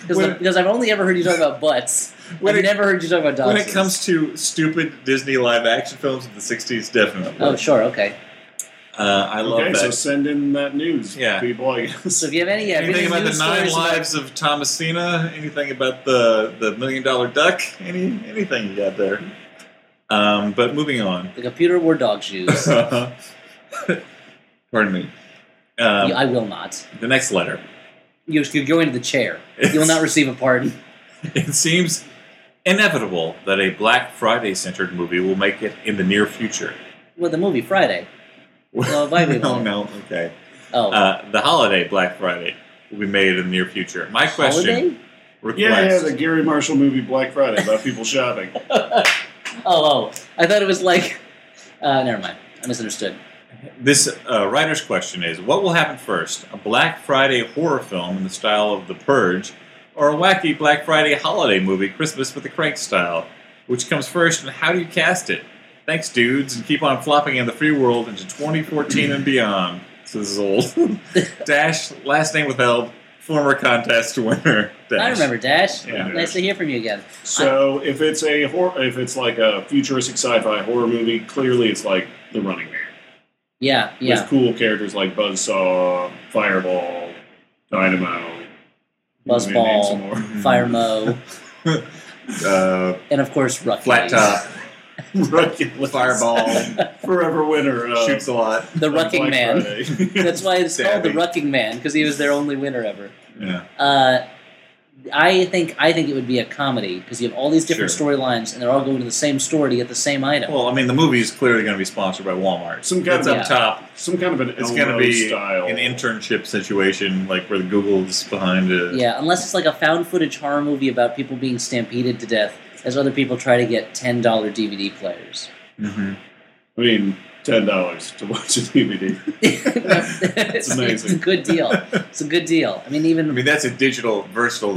[SPEAKER 3] Because
[SPEAKER 1] when,
[SPEAKER 3] because I've only ever heard you talk about butts.
[SPEAKER 1] when
[SPEAKER 3] I've
[SPEAKER 1] it,
[SPEAKER 3] never heard you talk about dogs.
[SPEAKER 1] when it comes to stupid Disney live action films of the '60s, definitely.
[SPEAKER 3] Oh, sure. Okay.
[SPEAKER 1] Uh, I love
[SPEAKER 2] okay,
[SPEAKER 1] that.
[SPEAKER 2] so send in that news,
[SPEAKER 1] Yeah.
[SPEAKER 2] people. I guess.
[SPEAKER 3] So if you have any, yeah, if
[SPEAKER 1] anything
[SPEAKER 3] any
[SPEAKER 1] about the
[SPEAKER 3] news
[SPEAKER 1] nine
[SPEAKER 3] stories about-
[SPEAKER 1] lives of Thomasina? Anything about the the million dollar duck? Any anything you got there? Um, but moving on.
[SPEAKER 3] the computer wore dog shoes.
[SPEAKER 1] Pardon me. Um,
[SPEAKER 3] You- I will not.
[SPEAKER 1] the next letter.
[SPEAKER 3] You, you go into the chair. You will not receive a pardon.
[SPEAKER 1] It seems inevitable that a Black Friday centered movie will make it in the near future.
[SPEAKER 3] Well, the movie Friday. Well, it might be
[SPEAKER 1] no,
[SPEAKER 3] wrong.
[SPEAKER 1] no, okay.
[SPEAKER 3] Oh,
[SPEAKER 1] Uh, the holiday Black Friday will be made in the near future. My question
[SPEAKER 3] holiday.
[SPEAKER 1] request.
[SPEAKER 2] Yeah, yeah, the Gary Marshall movie Black Friday about people shopping.
[SPEAKER 3] Oh, oh, I thought it was like. Uh, never mind. I misunderstood.
[SPEAKER 1] This uh, writer's question is What will happen first? A Black Friday horror film in the style of The Purge, or a wacky Black Friday holiday movie, Christmas with the Crank style? Which comes first, and how do you cast it? Thanks, dudes, and keep on flopping in the free world into 2014 and beyond. So this is old. Dash, last name withheld, former contest winner. Dash.
[SPEAKER 3] I remember Dash.
[SPEAKER 1] Yeah.
[SPEAKER 3] nice to hear from you again.
[SPEAKER 2] So if it's a hor- if it's like a futuristic sci-fi horror movie, clearly it's like The Running Man
[SPEAKER 3] Yeah, yeah.
[SPEAKER 2] with cool characters like Buzzsaw, Fireball, Dynamo, You want me to name
[SPEAKER 3] Buzzball.
[SPEAKER 2] some more?
[SPEAKER 3] Fire Mo,
[SPEAKER 1] Uh,
[SPEAKER 3] and of course Ruck.
[SPEAKER 1] flat top,
[SPEAKER 2] Ridiculous.
[SPEAKER 1] fireball,
[SPEAKER 2] forever winner. Uh,
[SPEAKER 1] shoots a lot.
[SPEAKER 3] The
[SPEAKER 2] on
[SPEAKER 3] Rucking
[SPEAKER 2] Black
[SPEAKER 3] Man.
[SPEAKER 2] Friday.
[SPEAKER 3] That's why it's called the
[SPEAKER 1] Savvy.
[SPEAKER 3] Rucking Man because he was their only winner ever.
[SPEAKER 1] Yeah.
[SPEAKER 3] Uh, I think I think it would be a comedy because you have all these different
[SPEAKER 1] Sure.
[SPEAKER 3] storylines and they're all going to the same store to get the same item.
[SPEAKER 1] Well, I mean, the movie is clearly going to be sponsored by Walmart.
[SPEAKER 2] Some kind
[SPEAKER 1] That's
[SPEAKER 2] of
[SPEAKER 1] up top.
[SPEAKER 2] some kind of an
[SPEAKER 1] It's
[SPEAKER 2] Elmo
[SPEAKER 1] going to be
[SPEAKER 2] style.
[SPEAKER 1] an internship situation, like where the Google's behind it.
[SPEAKER 3] yeah, unless it's like a found footage horror movie about people being stampeded to death as other people try to get ten dollar DVD players.
[SPEAKER 1] Mm-hmm.
[SPEAKER 2] I mean, ten dollars to watch a DVD.
[SPEAKER 3] it's,
[SPEAKER 2] amazing.
[SPEAKER 3] a good deal. It's a good deal. I mean,
[SPEAKER 1] I
[SPEAKER 3] even
[SPEAKER 1] mean, that's a digital versatile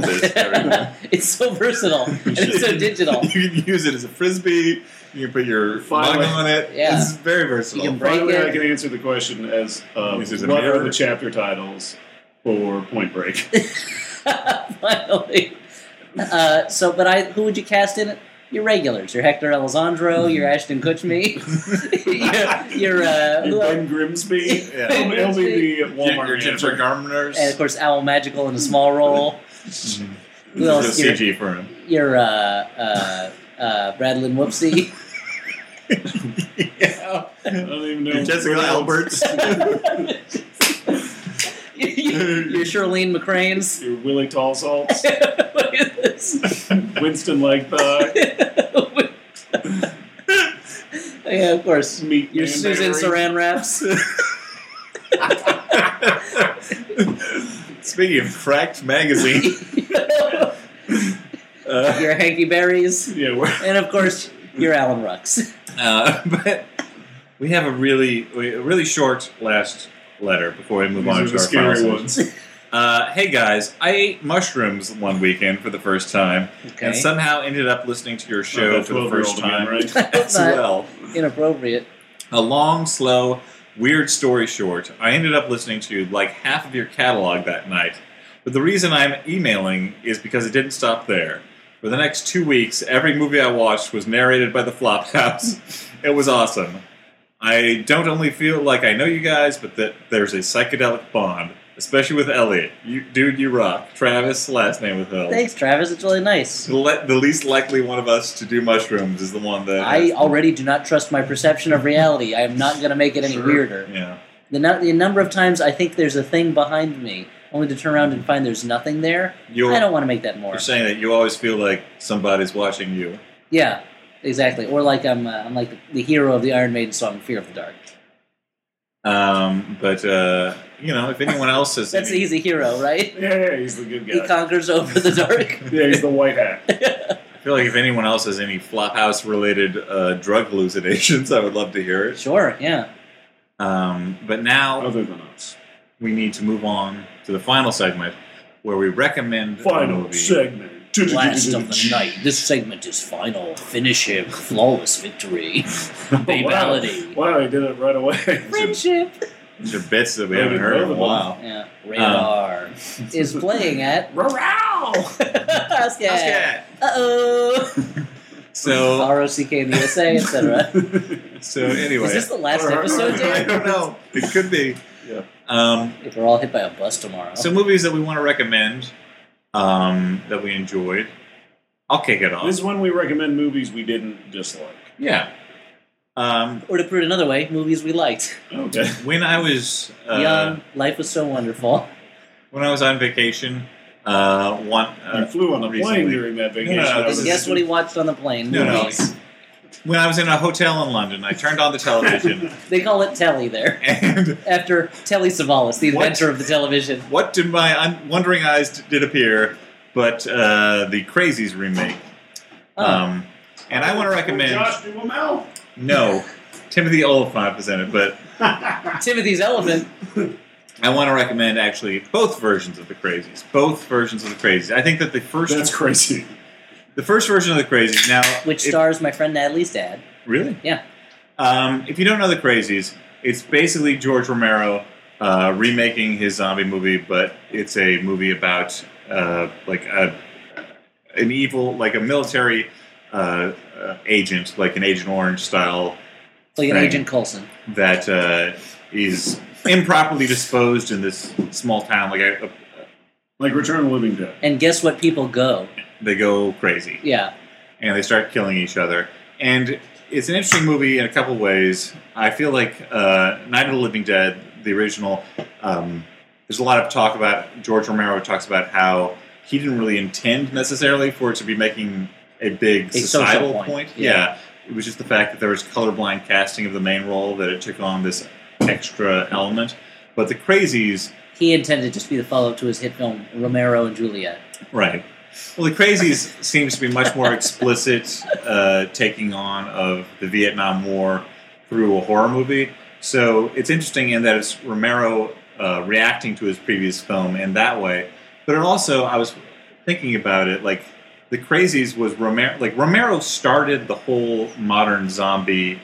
[SPEAKER 1] disc. everyone.
[SPEAKER 3] it's so versatile and it's so digital.
[SPEAKER 1] you can use it as a frisbee. You can put your
[SPEAKER 2] Finally.
[SPEAKER 1] mug on it.
[SPEAKER 3] Yeah.
[SPEAKER 1] It's very
[SPEAKER 3] You
[SPEAKER 1] versatile.
[SPEAKER 3] can- Break
[SPEAKER 2] Finally,
[SPEAKER 3] it.
[SPEAKER 2] I can answer the question as uh,
[SPEAKER 1] This is a
[SPEAKER 2] what are
[SPEAKER 1] mirror.
[SPEAKER 2] the chapter titles for Point Break?
[SPEAKER 3] Finally. Uh, so, but I, who would you cast in it? Your regulars, your Hector Alessandro, your Ashton Kutchme, your, your uh, who
[SPEAKER 2] Your
[SPEAKER 3] else?
[SPEAKER 2] Ben Grimsby.
[SPEAKER 1] Yeah.
[SPEAKER 2] It'll, it'll be the
[SPEAKER 1] Your,
[SPEAKER 2] Walmart
[SPEAKER 1] your Jennifer
[SPEAKER 2] manager.
[SPEAKER 1] Garminers.
[SPEAKER 3] and of course Owl Magical in a small role. Who
[SPEAKER 1] There's
[SPEAKER 3] else?
[SPEAKER 1] no
[SPEAKER 3] Your,
[SPEAKER 1] CG for him.
[SPEAKER 3] your uh, uh, uh, Bradlin Whoopsie.
[SPEAKER 1] yeah.
[SPEAKER 2] I don't even know.
[SPEAKER 1] Your Jessica
[SPEAKER 2] where else.
[SPEAKER 1] Alberts.
[SPEAKER 3] your Charlene McCrane's.
[SPEAKER 2] Your Willie Tallsalts.
[SPEAKER 3] Look at this.
[SPEAKER 2] Winston Legthigh.
[SPEAKER 3] yeah, of course.
[SPEAKER 2] Meat
[SPEAKER 3] Your
[SPEAKER 2] Man
[SPEAKER 3] Susan
[SPEAKER 2] Berry.
[SPEAKER 3] Saran wraps.
[SPEAKER 1] Speaking of cracked magazine, uh,
[SPEAKER 3] your Hanky Berries.
[SPEAKER 2] Yeah, we're
[SPEAKER 3] And of course, your Alan Rucks.
[SPEAKER 1] Uh, but we have a really a really short last letter before we move
[SPEAKER 2] These
[SPEAKER 1] on
[SPEAKER 2] are
[SPEAKER 1] to
[SPEAKER 2] the
[SPEAKER 1] our
[SPEAKER 2] scary
[SPEAKER 1] final section.
[SPEAKER 2] ones.
[SPEAKER 1] Uh, hey guys, I ate mushrooms one weekend for the first time,
[SPEAKER 3] Okay.
[SPEAKER 1] and somehow ended up listening to your show
[SPEAKER 2] Not that
[SPEAKER 1] for the
[SPEAKER 2] 12
[SPEAKER 1] first
[SPEAKER 2] year old
[SPEAKER 1] time
[SPEAKER 2] Oh, again, right?
[SPEAKER 1] as
[SPEAKER 3] Not
[SPEAKER 1] well.
[SPEAKER 3] Inappropriate.
[SPEAKER 1] A long, slow, weird story short. I ended up listening to like half of your catalog that night. But the reason I'm emailing is because it didn't stop there. For the next two weeks, every movie I watched was narrated by the Flophouse. it was awesome. I don't only feel like I know you guys, but that there's a psychedelic bond, especially with Elliot. You, dude, you rock. Travis, last name with Hill.
[SPEAKER 3] Thanks, Travis. It's really nice.
[SPEAKER 1] The le- the least likely one of us to do mushrooms is the one that.
[SPEAKER 3] I already do not trust my perception of reality. I am not going to make it any
[SPEAKER 2] Sure.
[SPEAKER 3] weirder.
[SPEAKER 1] Yeah.
[SPEAKER 3] The, nu- the number of times I think there's a thing behind me, only to turn around and find there's nothing there,
[SPEAKER 1] You're,
[SPEAKER 3] I don't want to make that more.
[SPEAKER 1] You're saying that you always feel like somebody's watching you.
[SPEAKER 3] Yeah, exactly. Or like I'm, uh, I'm like the hero of the Iron Maiden song "Fear of the Dark."
[SPEAKER 1] Um, but uh, you know, if anyone else is
[SPEAKER 3] That's he's a hero, right?
[SPEAKER 2] Yeah, yeah, he's the good
[SPEAKER 3] He
[SPEAKER 2] guy.
[SPEAKER 3] conquers over the dark.
[SPEAKER 2] yeah, he's the white hat.
[SPEAKER 1] I feel like if anyone else has any flophouse related uh, drug hallucinations, I would love to hear it.
[SPEAKER 3] Sure. Yeah.
[SPEAKER 1] Um, but now
[SPEAKER 2] Other than us.
[SPEAKER 1] we need to move on to the final segment where we recommend a
[SPEAKER 2] Final
[SPEAKER 1] movie.
[SPEAKER 2] segment.
[SPEAKER 3] Last of the night. This segment is final. Finish him. Flawless victory. Babality.
[SPEAKER 2] Oh, Wow, he did it right away.
[SPEAKER 3] Friendship.
[SPEAKER 1] These are bits that we
[SPEAKER 2] I
[SPEAKER 1] haven't
[SPEAKER 2] didn't
[SPEAKER 1] heard in
[SPEAKER 2] know
[SPEAKER 1] a
[SPEAKER 2] them.
[SPEAKER 1] while.
[SPEAKER 3] Yeah. Radar is playing at.
[SPEAKER 2] Row!
[SPEAKER 3] Oscar.
[SPEAKER 1] Okay.
[SPEAKER 3] Uh oh.
[SPEAKER 1] So,
[SPEAKER 3] R O C K in the USA, etc.
[SPEAKER 1] so anyway,
[SPEAKER 3] Is this the last episode,
[SPEAKER 1] I
[SPEAKER 3] Dan?
[SPEAKER 1] don't know. It could be.
[SPEAKER 2] Yeah.
[SPEAKER 1] Um,
[SPEAKER 3] If we're all hit by a bus tomorrow.
[SPEAKER 1] So movies that we want to recommend um, that we enjoyed. I'll kick it off.
[SPEAKER 2] This is when we recommend movies we didn't dislike.
[SPEAKER 1] yeah. Um,
[SPEAKER 3] or to put it another way, movies we liked.
[SPEAKER 2] Okay.
[SPEAKER 1] when I was uh,
[SPEAKER 3] Young, life was so wonderful.
[SPEAKER 1] when I was on vacation, uh, one
[SPEAKER 2] you
[SPEAKER 1] uh,
[SPEAKER 2] flew on a plane
[SPEAKER 1] recently.
[SPEAKER 2] during that vacation.
[SPEAKER 1] No, no,
[SPEAKER 2] I
[SPEAKER 1] this
[SPEAKER 2] was-
[SPEAKER 1] is-
[SPEAKER 3] Guess what he watched on the plane?
[SPEAKER 1] No, no.
[SPEAKER 3] movies.
[SPEAKER 1] when I was in a hotel in London, I turned on the television
[SPEAKER 3] They call it telly there.
[SPEAKER 1] and.
[SPEAKER 3] After Telly Savalas, the
[SPEAKER 1] What?
[SPEAKER 3] inventor of the television.
[SPEAKER 1] What did my un- wondering eyes did appear, but uh, the Crazies remake.
[SPEAKER 3] Oh.
[SPEAKER 1] Um, and I want to recommend
[SPEAKER 2] Oh, Josh Duhamel.
[SPEAKER 1] no, Timothy Oliphant is in it, but
[SPEAKER 3] Timothy's Elephant.
[SPEAKER 1] I want to recommend actually both versions of the Crazies. Both versions of the Crazies. I think that the first
[SPEAKER 2] That's crazy.
[SPEAKER 1] the first version of the Crazies now
[SPEAKER 3] which
[SPEAKER 1] if-
[SPEAKER 3] stars my friend Natalie's dad.
[SPEAKER 1] really
[SPEAKER 3] Yeah.
[SPEAKER 1] Um, if you don't know the Crazies, it's basically George Romero uh, remaking his zombie movie, but it's a movie about uh, like a, an evil, like a military uh, uh, agent, like an Agent Orange style
[SPEAKER 3] Like an
[SPEAKER 1] Right.
[SPEAKER 3] Agent Coulson.
[SPEAKER 1] that uh, is improperly disposed in this small town. Like uh, a, a,
[SPEAKER 2] Like Return of the Living Dead.
[SPEAKER 3] And guess what? People go.
[SPEAKER 1] they go crazy.
[SPEAKER 3] Yeah.
[SPEAKER 1] and they start killing each other. And it's an interesting movie in a couple ways. I feel like uh, Night of the Living Dead, the original, um, there's a lot of talk about George Romero talks about how he didn't really intend necessarily for it to be making a big
[SPEAKER 3] social
[SPEAKER 1] societal
[SPEAKER 3] point,
[SPEAKER 1] point.
[SPEAKER 3] yeah.
[SPEAKER 1] Yeah. it was just the fact that there was colorblind casting of the main role that it took on this extra element. But the crazies,
[SPEAKER 3] He intended just to be the follow up to his hit film Romero and Juliet.
[SPEAKER 1] Right. Well, the Crazies seems to be much more explicit uh, taking on of the Vietnam War through a horror movie. So it's interesting in that it's Romero uh, reacting to his previous film in that way. But it also, I was thinking about it, like the Crazies was Romero. Like Romero started the whole modern zombie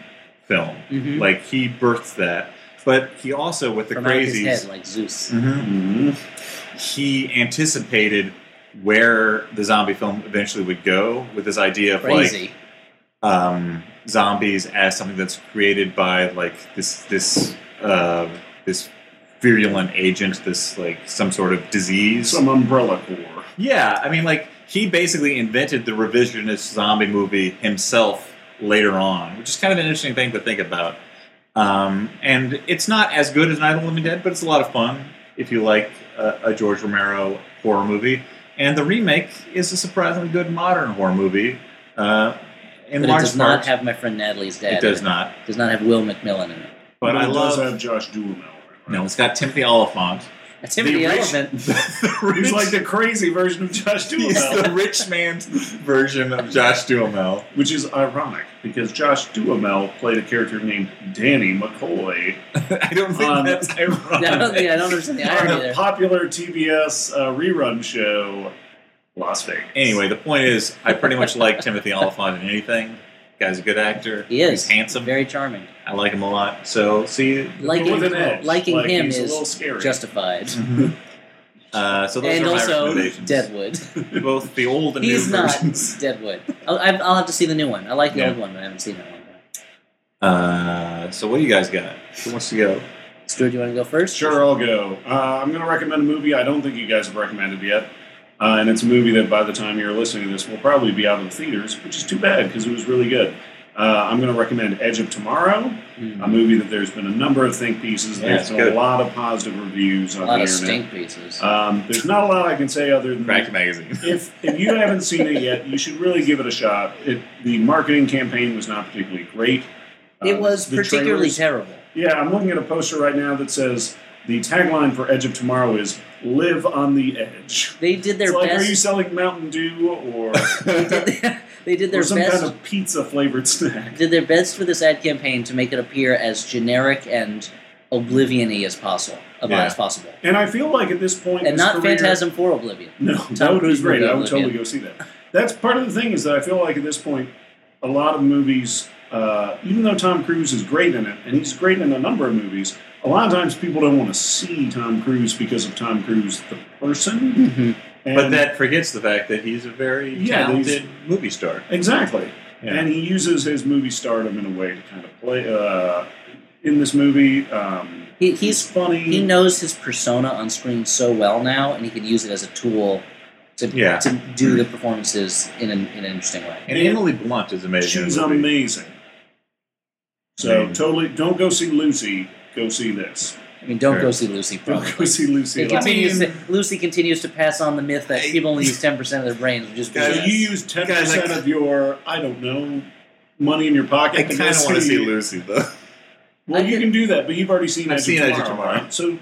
[SPEAKER 1] film.
[SPEAKER 3] Mm-hmm.
[SPEAKER 1] Like he birthed that. But he also with the
[SPEAKER 3] From out
[SPEAKER 1] Crazies.
[SPEAKER 3] his head, like Zeus.
[SPEAKER 1] Mhm
[SPEAKER 2] Mm-hmm.
[SPEAKER 1] he anticipated where the zombie film eventually would go with this idea of
[SPEAKER 3] Crazy.
[SPEAKER 1] like um, zombies as something that's created by like this this uh, this virulent agent, this like some sort of disease.
[SPEAKER 2] Some umbrella core.
[SPEAKER 1] Yeah, I mean, like he basically invented the revisionist zombie movie himself later on, which is kind of an interesting thing to think about. Um, and it's not as good as Night of the Living Dead, but it's a lot of fun if you like a, a George Romero horror movie. And the remake is a surprisingly good modern horror movie. Uh, in
[SPEAKER 3] but it
[SPEAKER 1] large
[SPEAKER 3] does
[SPEAKER 1] part,
[SPEAKER 3] not have my friend Natalie's dad.
[SPEAKER 1] it
[SPEAKER 3] in
[SPEAKER 1] does not.
[SPEAKER 3] It Uh, does not have Will McMillan in it.
[SPEAKER 1] But, I
[SPEAKER 2] it
[SPEAKER 1] love
[SPEAKER 2] does have Josh Duhamel.
[SPEAKER 1] no. It's got Timothy Oliphant,
[SPEAKER 3] Timothy
[SPEAKER 1] the rich-
[SPEAKER 3] Elephant.
[SPEAKER 1] the rich,
[SPEAKER 2] He's like the crazy version of Josh
[SPEAKER 1] he's
[SPEAKER 2] Duhamel,
[SPEAKER 1] the rich man's version of Josh Duhamel.
[SPEAKER 2] which is ironic because Josh Duhamel played a character named Danny McCoy
[SPEAKER 1] I don't think
[SPEAKER 2] Um,
[SPEAKER 1] that's ironic.
[SPEAKER 3] Yeah, I don't, yeah, I don't understand the
[SPEAKER 2] on
[SPEAKER 3] irony
[SPEAKER 2] a
[SPEAKER 3] there.
[SPEAKER 2] popular TBS uh, rerun show, Las Vegas.
[SPEAKER 1] Anyway, the point is, I pretty much like Timothy Oliphant in anything. Guy's a good actor.
[SPEAKER 3] He is.
[SPEAKER 1] He's handsome.
[SPEAKER 3] Very charming.
[SPEAKER 1] I like him a lot. So, see,
[SPEAKER 2] But
[SPEAKER 3] Liking,
[SPEAKER 2] with an edge.
[SPEAKER 3] liking
[SPEAKER 2] Like,
[SPEAKER 3] him
[SPEAKER 2] he's a little
[SPEAKER 3] is
[SPEAKER 2] scary.
[SPEAKER 3] justified.
[SPEAKER 1] uh, so those
[SPEAKER 3] and
[SPEAKER 1] are my
[SPEAKER 3] also
[SPEAKER 1] recommendations.
[SPEAKER 3] Deadwood.
[SPEAKER 1] Both the old and
[SPEAKER 3] He's
[SPEAKER 1] new
[SPEAKER 3] not
[SPEAKER 1] versions.
[SPEAKER 3] Deadwood. I'll, I've- I'll have to see the new one. I like the
[SPEAKER 1] Yeah.
[SPEAKER 3] old one, but I haven't seen that one.
[SPEAKER 1] Uh, so, what do you guys got? Who wants to go?
[SPEAKER 3] Mm-hmm. Stuart, do you want to go first?
[SPEAKER 2] Sure, I'll go. Uh, I'm going to recommend a movie I don't think you guys have recommended yet. Uh, and it's a movie that by the time you're listening to this will probably be out in theaters, which is too bad because it was really good. Uh, I'm going to recommend Edge of Tomorrow,
[SPEAKER 3] Hmm.
[SPEAKER 2] a movie that there's been a number of think pieces.
[SPEAKER 1] Yeah,
[SPEAKER 2] there's
[SPEAKER 1] it's
[SPEAKER 2] been
[SPEAKER 1] good.
[SPEAKER 2] a lot of positive reviews
[SPEAKER 3] A
[SPEAKER 2] on
[SPEAKER 3] lot
[SPEAKER 2] the
[SPEAKER 3] of
[SPEAKER 2] internet.
[SPEAKER 3] stink pieces.
[SPEAKER 2] Um, there's not a lot I can say other than
[SPEAKER 1] Crack Magazine.
[SPEAKER 2] if if you haven't seen it yet, you should really give it a shot. It, the marketing campaign was not particularly great. Uh,
[SPEAKER 3] it was
[SPEAKER 2] the
[SPEAKER 3] particularly
[SPEAKER 2] trailers-
[SPEAKER 3] terrible.
[SPEAKER 2] yeah, I'm looking at a poster right now that says the tagline for Edge of Tomorrow is "Live on the Edge."
[SPEAKER 3] They did their
[SPEAKER 2] it's like, are you
[SPEAKER 3] best.
[SPEAKER 2] selling Mountain Dew or,
[SPEAKER 3] they did
[SPEAKER 2] or
[SPEAKER 3] their
[SPEAKER 2] some
[SPEAKER 3] best.
[SPEAKER 2] kind of pizza flavored snack?
[SPEAKER 3] did their best for this ad campaign to make it appear as generic and oblivion-y as possible, about
[SPEAKER 1] Yeah.
[SPEAKER 3] as possible,
[SPEAKER 2] And I feel like at this point,
[SPEAKER 3] and
[SPEAKER 2] his
[SPEAKER 3] not
[SPEAKER 2] career,
[SPEAKER 3] Phantasm for Oblivion.
[SPEAKER 2] No, that
[SPEAKER 3] Tom
[SPEAKER 2] would be
[SPEAKER 3] Cruise
[SPEAKER 2] great.
[SPEAKER 3] movie,
[SPEAKER 2] I would totally
[SPEAKER 3] yeah.
[SPEAKER 2] go see that. That's part of the thing is that I feel like at this point, a lot of movies, uh, even though Tom Cruise is great in it, and he's great in a number of movies, a lot of times people don't want to see Tom Cruise because of Tom Cruise the person. And
[SPEAKER 1] But that forgets the fact that he's a very
[SPEAKER 2] Yeah,
[SPEAKER 1] talented movie star.
[SPEAKER 2] exactly,
[SPEAKER 1] Yeah.
[SPEAKER 2] and he uses his movie stardom in a way to kind of play uh, in this movie. Um,
[SPEAKER 3] He, he's
[SPEAKER 2] funny.
[SPEAKER 3] he knows his persona on screen so well now, and he can use it as a tool to
[SPEAKER 1] Yeah.
[SPEAKER 3] to do the performances in an, in an interesting way.
[SPEAKER 1] and Emily Blunt is amazing. in
[SPEAKER 2] She's
[SPEAKER 1] the movie.
[SPEAKER 2] amazing. So
[SPEAKER 1] Amazing.
[SPEAKER 2] totally, don't go see Lucy. Go see this.
[SPEAKER 3] I mean, don't
[SPEAKER 1] Sure.
[SPEAKER 3] go see Lucy.
[SPEAKER 2] Don't
[SPEAKER 3] Probably.
[SPEAKER 2] go see Lucy.
[SPEAKER 3] It
[SPEAKER 2] at all.
[SPEAKER 3] continues
[SPEAKER 1] mean-
[SPEAKER 3] to- Lucy continues to pass on the myth that
[SPEAKER 1] I-
[SPEAKER 3] people only use ten percent of their brains, which is
[SPEAKER 1] Guys,
[SPEAKER 2] So
[SPEAKER 3] BS.
[SPEAKER 2] you use ten
[SPEAKER 1] Guys,
[SPEAKER 2] percent
[SPEAKER 1] like-
[SPEAKER 2] of your, I don't know, money in your pocket.
[SPEAKER 1] I kind of want to see Lucy though.
[SPEAKER 2] Well,
[SPEAKER 3] I
[SPEAKER 2] you
[SPEAKER 3] could-
[SPEAKER 2] can do that, but you've already seen
[SPEAKER 1] I've
[SPEAKER 2] Edge
[SPEAKER 1] seen
[SPEAKER 2] of
[SPEAKER 1] Edge
[SPEAKER 2] Tomorrow.
[SPEAKER 1] of Tomorrow.
[SPEAKER 2] right? So you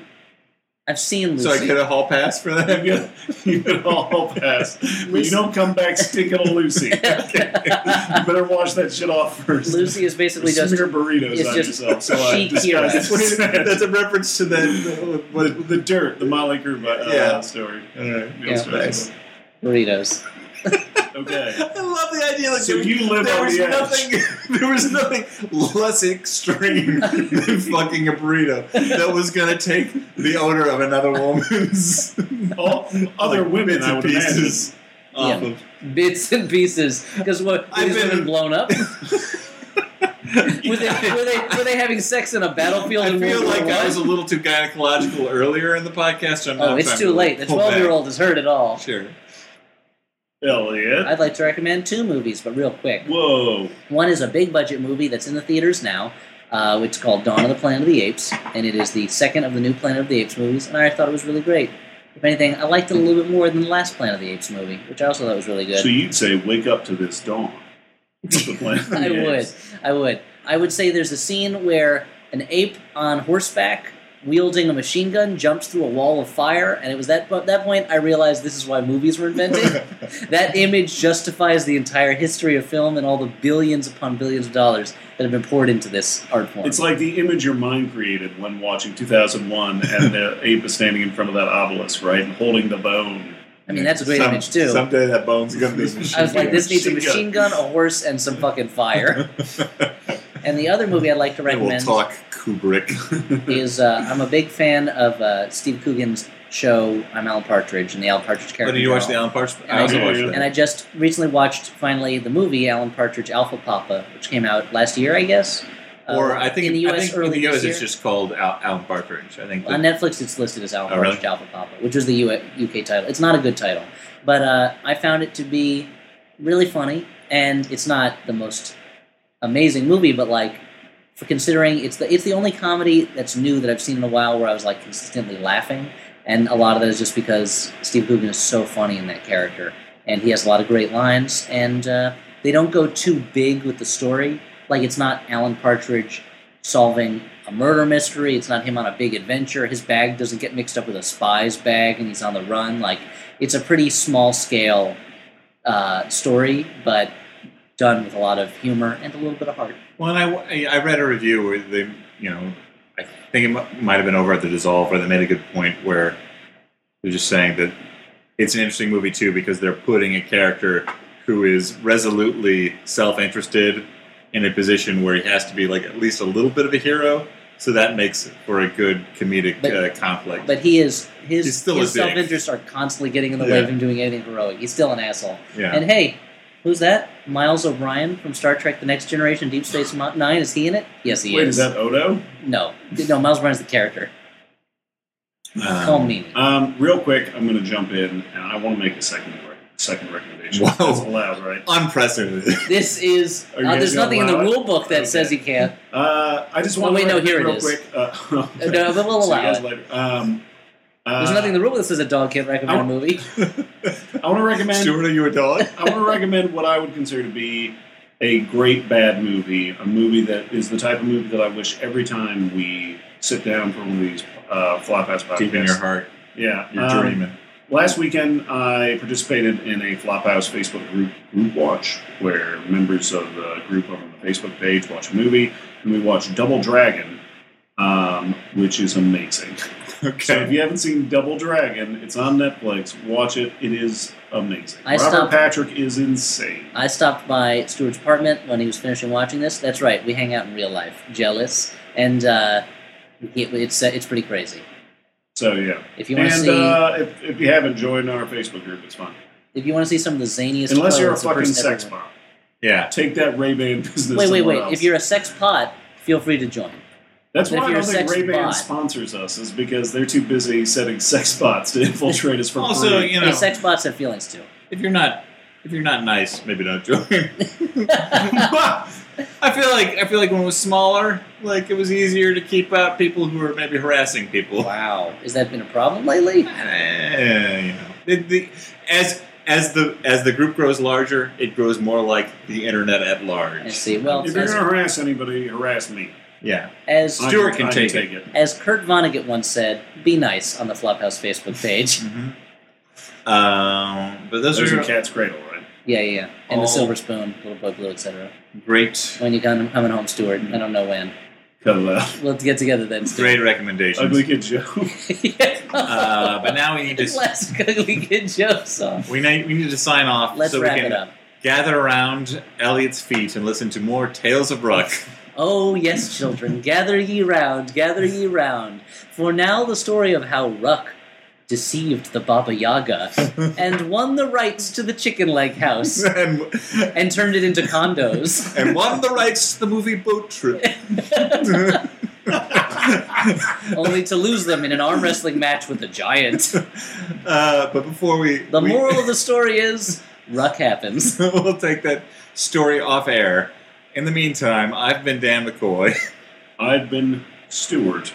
[SPEAKER 3] I've seen Lucy.
[SPEAKER 1] So I get a hall pass for that.
[SPEAKER 2] get, you get all pass. But you
[SPEAKER 3] Lucy-
[SPEAKER 2] don't come back stinking on Lucy. you better wash that shit off first.
[SPEAKER 3] Lucy is basically just
[SPEAKER 2] smear burritos
[SPEAKER 3] it's
[SPEAKER 2] on
[SPEAKER 3] just
[SPEAKER 2] yourself. So I
[SPEAKER 3] chic
[SPEAKER 2] disguise
[SPEAKER 3] hero.
[SPEAKER 1] What is-
[SPEAKER 2] it.
[SPEAKER 1] That's a reference to that. What,
[SPEAKER 2] the dirt, the Molly Crew uh,
[SPEAKER 1] Yeah.
[SPEAKER 2] story.
[SPEAKER 1] Alright.
[SPEAKER 3] Yeah.
[SPEAKER 2] story.
[SPEAKER 1] Nice.
[SPEAKER 3] burritos.
[SPEAKER 2] Okay.
[SPEAKER 1] I love the idea. Like
[SPEAKER 2] So
[SPEAKER 1] there,
[SPEAKER 2] you live
[SPEAKER 1] there
[SPEAKER 2] on
[SPEAKER 1] was
[SPEAKER 2] the edge.
[SPEAKER 1] nothing. There was nothing less extreme than fucking a burrito that was gonna take the odor of another woman's
[SPEAKER 2] All other
[SPEAKER 1] like,
[SPEAKER 2] women,
[SPEAKER 1] bits and
[SPEAKER 2] I would imagine.
[SPEAKER 1] pieces off
[SPEAKER 3] Yeah.
[SPEAKER 1] of.
[SPEAKER 3] bits and pieces. Because what
[SPEAKER 1] I've
[SPEAKER 3] these
[SPEAKER 1] been-
[SPEAKER 3] women blown up? were, they, were they were they having sex in a battlefield?
[SPEAKER 1] I
[SPEAKER 3] in
[SPEAKER 1] feel
[SPEAKER 3] World War
[SPEAKER 1] like I
[SPEAKER 3] One?
[SPEAKER 1] was a little too gynecological earlier in the podcast. so I'm
[SPEAKER 3] Oh,
[SPEAKER 1] not
[SPEAKER 3] it's
[SPEAKER 1] trying
[SPEAKER 3] too
[SPEAKER 1] to
[SPEAKER 3] late. The
[SPEAKER 1] pull
[SPEAKER 3] twelve year old has heard it all.
[SPEAKER 1] back. Sure.
[SPEAKER 2] Elliot.
[SPEAKER 3] I'd like to recommend two movies, but real quick.
[SPEAKER 2] Whoa.
[SPEAKER 3] One is a big budget movie that's in the theaters now. Uh, it's called Dawn of the Planet of the Apes, and it is the second of the new Planet of the Apes movies, and I thought it was really great. If anything, I liked it a little bit more than the last Planet of the Apes movie, which I also thought was really good.
[SPEAKER 2] So you'd say, wake up to this dawn. That's the plan.
[SPEAKER 3] I would.
[SPEAKER 2] Yes.
[SPEAKER 3] I would. I would say there's a scene where an ape on horseback wielding a machine gun jumps through a wall of fire, and it was that at that point I realized this is why movies were invented. that image justifies the entire history of film and all the billions upon billions of dollars that have been poured into this art form.
[SPEAKER 2] It's like the image your mind created when watching 2001 and the ape is standing in front of that obelisk, right? And holding the bone.
[SPEAKER 3] I mean, that's a great
[SPEAKER 1] Some-
[SPEAKER 3] image too.
[SPEAKER 1] Someday that bone's gonna be. a machine
[SPEAKER 3] I was like,
[SPEAKER 1] gun.
[SPEAKER 3] this needs a
[SPEAKER 2] Machine
[SPEAKER 3] machine gun, a horse, and some fucking fire. and the other movie I'd like to
[SPEAKER 1] I will
[SPEAKER 3] recommend
[SPEAKER 1] talk Kubrick.
[SPEAKER 3] is uh, I'm a big fan of uh, Steve Coogan's show. I'm Alan Partridge and the Alan Partridge
[SPEAKER 1] Oh,
[SPEAKER 3] character.
[SPEAKER 1] did you watch the
[SPEAKER 3] Journal.
[SPEAKER 1] Alan Partridge?
[SPEAKER 3] And I
[SPEAKER 2] did,
[SPEAKER 1] watched
[SPEAKER 2] yeah.
[SPEAKER 1] that.
[SPEAKER 3] And I just recently watched finally the movie Alan Partridge Alpha Papa, which came out last year, I guess. Uh,
[SPEAKER 1] or I think
[SPEAKER 3] in the
[SPEAKER 1] I
[SPEAKER 3] U.S.
[SPEAKER 1] think
[SPEAKER 3] early
[SPEAKER 1] in the US
[SPEAKER 3] this year.
[SPEAKER 1] it's just called Al- Alan Partridge. I think.
[SPEAKER 3] on
[SPEAKER 1] that-
[SPEAKER 3] Netflix. It's listed as Alan
[SPEAKER 1] Oh, really?
[SPEAKER 3] Partridge Alpha Papa, which was the U- UK title. It's not a good title, but uh, I found it to be really funny, and it's not the most amazing movie, but like for considering it's the it's the only comedy that's new that I've seen in a while where I was like consistently laughing, and a lot of that is just because Steve Coogan is so funny in that character, and he has a lot of great lines, and uh, they don't go too big with the story. Like it's not Alan Partridge solving a murder mystery. It's not him on a big adventure. His bag doesn't get mixed up with a spy's bag, and he's on the run. Like it's a pretty small scale uh, story, but done with a lot of humor and a little bit of heart.
[SPEAKER 1] Well, and I, I read a review where they, you know, I think it mi- might have been over at the Dissolve where they made a good point where they're just saying that it's an interesting movie too because they're putting a character who is resolutely self-interested in a position where he has to be like at least a little bit of a hero, so that makes for a good comedic
[SPEAKER 3] But-
[SPEAKER 1] uh, conflict.
[SPEAKER 3] But he is his,
[SPEAKER 1] He's still
[SPEAKER 3] his
[SPEAKER 1] a dick.
[SPEAKER 3] self interests are constantly getting in the way
[SPEAKER 1] Yeah.
[SPEAKER 3] of him doing anything heroic. He's still an asshole.
[SPEAKER 1] yeah.
[SPEAKER 3] And hey, who's that? Miles O'Brien from Star Trek: The Next Generation, Deep Space Mo- Nine. Is he in it? Yes, he
[SPEAKER 2] Wait,
[SPEAKER 3] is.
[SPEAKER 2] is that Odo?
[SPEAKER 3] No, no, Miles O'Brien's the character.
[SPEAKER 1] Um,
[SPEAKER 3] Call me.
[SPEAKER 2] Um, real quick, I'm going to jump in, and I want to make a second rec- second recommendation.
[SPEAKER 1] Whoa.
[SPEAKER 2] That's allowed, right?
[SPEAKER 1] unprecedented.
[SPEAKER 3] This is
[SPEAKER 2] Are you
[SPEAKER 3] uh,
[SPEAKER 2] guys
[SPEAKER 3] there's
[SPEAKER 2] gonna
[SPEAKER 3] nothing in the
[SPEAKER 2] allow it?
[SPEAKER 3] rule book that
[SPEAKER 2] Okay.
[SPEAKER 3] says he can't.
[SPEAKER 2] Uh, I just
[SPEAKER 3] Oh,
[SPEAKER 2] want
[SPEAKER 3] wait,
[SPEAKER 2] to
[SPEAKER 3] no, here it
[SPEAKER 2] real
[SPEAKER 3] is.
[SPEAKER 2] Quick, uh, okay.
[SPEAKER 3] No, but we'll
[SPEAKER 2] See you
[SPEAKER 3] allow
[SPEAKER 2] guys
[SPEAKER 3] it.
[SPEAKER 2] later. Um, uh,
[SPEAKER 3] There's nothing in the rule book that says a dog can't recommend
[SPEAKER 2] I-
[SPEAKER 3] a movie.
[SPEAKER 2] I want to recommend.
[SPEAKER 1] Stuart, are you a dog?
[SPEAKER 2] I want to recommend what I would consider to be a great bad movie, a movie that is the type of movie that I wish every time we sit down for one of these uh, Flophouse podcasts.
[SPEAKER 1] Deep in your heart,
[SPEAKER 2] Yeah.
[SPEAKER 1] you're
[SPEAKER 2] um,
[SPEAKER 1] dreaming.
[SPEAKER 2] Last weekend, I participated in a Flophouse Facebook group, group watch, where members of the group over on the Facebook page watch a movie, and we watched Double Dragon, um, which is amazing. So if
[SPEAKER 1] Okay.
[SPEAKER 2] you haven't seen Double Dragon, it's on Netflix. Watch it; it is amazing.
[SPEAKER 3] I
[SPEAKER 2] Robert
[SPEAKER 3] stopped- Uh,
[SPEAKER 2] Patrick is insane.
[SPEAKER 3] I stopped by Stuart's apartment when he was finishing watching this. That's right, we hang out in real life. Jealous, and uh, it, it's uh, it's pretty crazy.
[SPEAKER 2] So yeah,
[SPEAKER 3] If you want to
[SPEAKER 2] and
[SPEAKER 3] see,
[SPEAKER 2] uh, if, if you haven't joined our Facebook group, it's fun.
[SPEAKER 3] if you want to see some of the zaniest,
[SPEAKER 2] Unless you're a
[SPEAKER 3] clothes the
[SPEAKER 2] fucking
[SPEAKER 3] person ever
[SPEAKER 2] sex
[SPEAKER 3] wore.
[SPEAKER 2] bomb,
[SPEAKER 1] Yeah.
[SPEAKER 2] take that Ray Ban business.
[SPEAKER 3] Wait, wait,
[SPEAKER 2] somewhere
[SPEAKER 3] wait!
[SPEAKER 2] else.
[SPEAKER 3] If you're a sex pot, feel free to join.
[SPEAKER 2] That's
[SPEAKER 3] If
[SPEAKER 2] why I
[SPEAKER 3] you're
[SPEAKER 2] don't
[SPEAKER 3] a
[SPEAKER 2] think
[SPEAKER 3] sex
[SPEAKER 2] Ray Ban
[SPEAKER 3] bot.
[SPEAKER 2] sponsors us, is because they're too busy setting sex bots to infiltrate us for
[SPEAKER 1] Also,
[SPEAKER 2] free.
[SPEAKER 1] you know,
[SPEAKER 3] Hey, sex bots have feelings too.
[SPEAKER 1] if you're not if you're not nice, maybe don't join. I feel like I feel like when it was smaller, like it was easier to keep out people who were maybe harassing people.
[SPEAKER 3] Wow, has that been a problem lately?
[SPEAKER 1] Eh, you know, the, the, as as the as the group grows larger, it grows more like the internet at
[SPEAKER 3] I
[SPEAKER 1] large.
[SPEAKER 3] see. Well,
[SPEAKER 2] If you're
[SPEAKER 3] as,
[SPEAKER 2] gonna harass anybody, harass me.
[SPEAKER 1] Yeah,
[SPEAKER 3] as
[SPEAKER 2] I
[SPEAKER 1] Stuart can
[SPEAKER 2] I
[SPEAKER 1] take
[SPEAKER 2] take it.
[SPEAKER 3] As Kurt Vonnegut once said, be nice on the Flophouse Facebook page.
[SPEAKER 1] hmm um, but those,
[SPEAKER 2] Those
[SPEAKER 1] are,
[SPEAKER 2] are Cat's Cradle, right?
[SPEAKER 3] Yeah, yeah, yeah. And
[SPEAKER 1] Oh.
[SPEAKER 3] the Silver Spoon, Little Boy Blue, etc.
[SPEAKER 1] great,
[SPEAKER 3] When you come coming home, Stuart, I don't know when.
[SPEAKER 2] Cut it out.
[SPEAKER 3] Let's get together then, Stuart.
[SPEAKER 1] great recommendations.
[SPEAKER 2] Ugly Kid Joe.
[SPEAKER 3] yeah.
[SPEAKER 1] Uh, but now we need to
[SPEAKER 3] Classic Ugly Kid Joe song.
[SPEAKER 1] we need, we need to sign off
[SPEAKER 3] Let's
[SPEAKER 1] so we
[SPEAKER 3] wrap
[SPEAKER 1] can
[SPEAKER 3] it up.
[SPEAKER 1] gather around Elliot's feet and listen to more tales of Ruck.
[SPEAKER 3] Oh, yes, children, gather ye round, gather ye round. For now the story of how Ruck deceived the Baba Yaga and won the rights to the chicken leg house
[SPEAKER 1] and,
[SPEAKER 3] and turned it into condos.
[SPEAKER 1] and won the rights to the movie Boat Trip. uh,
[SPEAKER 3] only to lose them in an arm wrestling match with a giant.
[SPEAKER 1] Uh, but before we,
[SPEAKER 3] The
[SPEAKER 1] we-
[SPEAKER 3] moral of the story is Ruck happens.
[SPEAKER 1] we'll take that story off air. In the meantime, I've been Dan McCoy.
[SPEAKER 2] I've been Stuart,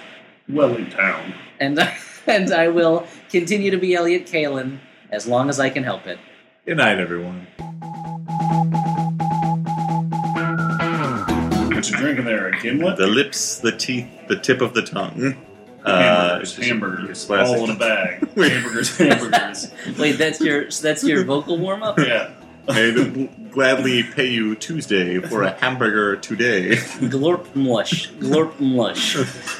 [SPEAKER 2] well in town.
[SPEAKER 3] And I, and I will continue to be Elliot Kalin as long as I can help it.
[SPEAKER 1] Good night, everyone.
[SPEAKER 2] What you drinking there? A gimlet?
[SPEAKER 1] The lips, the teeth, the tip of the tongue. Uh,
[SPEAKER 2] hamburgers, hamburgers, all in a bag. hamburgers, hamburgers.
[SPEAKER 3] Wait, that's your so that's your vocal warm up.
[SPEAKER 2] yeah.
[SPEAKER 1] I'd gladly pay you Tuesday for a hamburger today.
[SPEAKER 3] Glorp mush, glorp mush,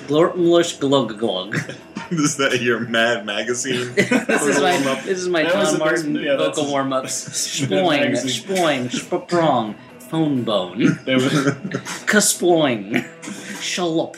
[SPEAKER 3] glorp mush, glug glug.
[SPEAKER 1] is that your Mad Magazine?
[SPEAKER 3] This is my this is my
[SPEAKER 2] That was
[SPEAKER 3] John
[SPEAKER 2] the first-
[SPEAKER 3] Martin
[SPEAKER 2] yeah, that's-
[SPEAKER 3] vocal warm ups. Spoing,
[SPEAKER 2] Magazine.
[SPEAKER 3] spoing, spaprong, phone bone,
[SPEAKER 2] That was-
[SPEAKER 3] kasploing, shallop.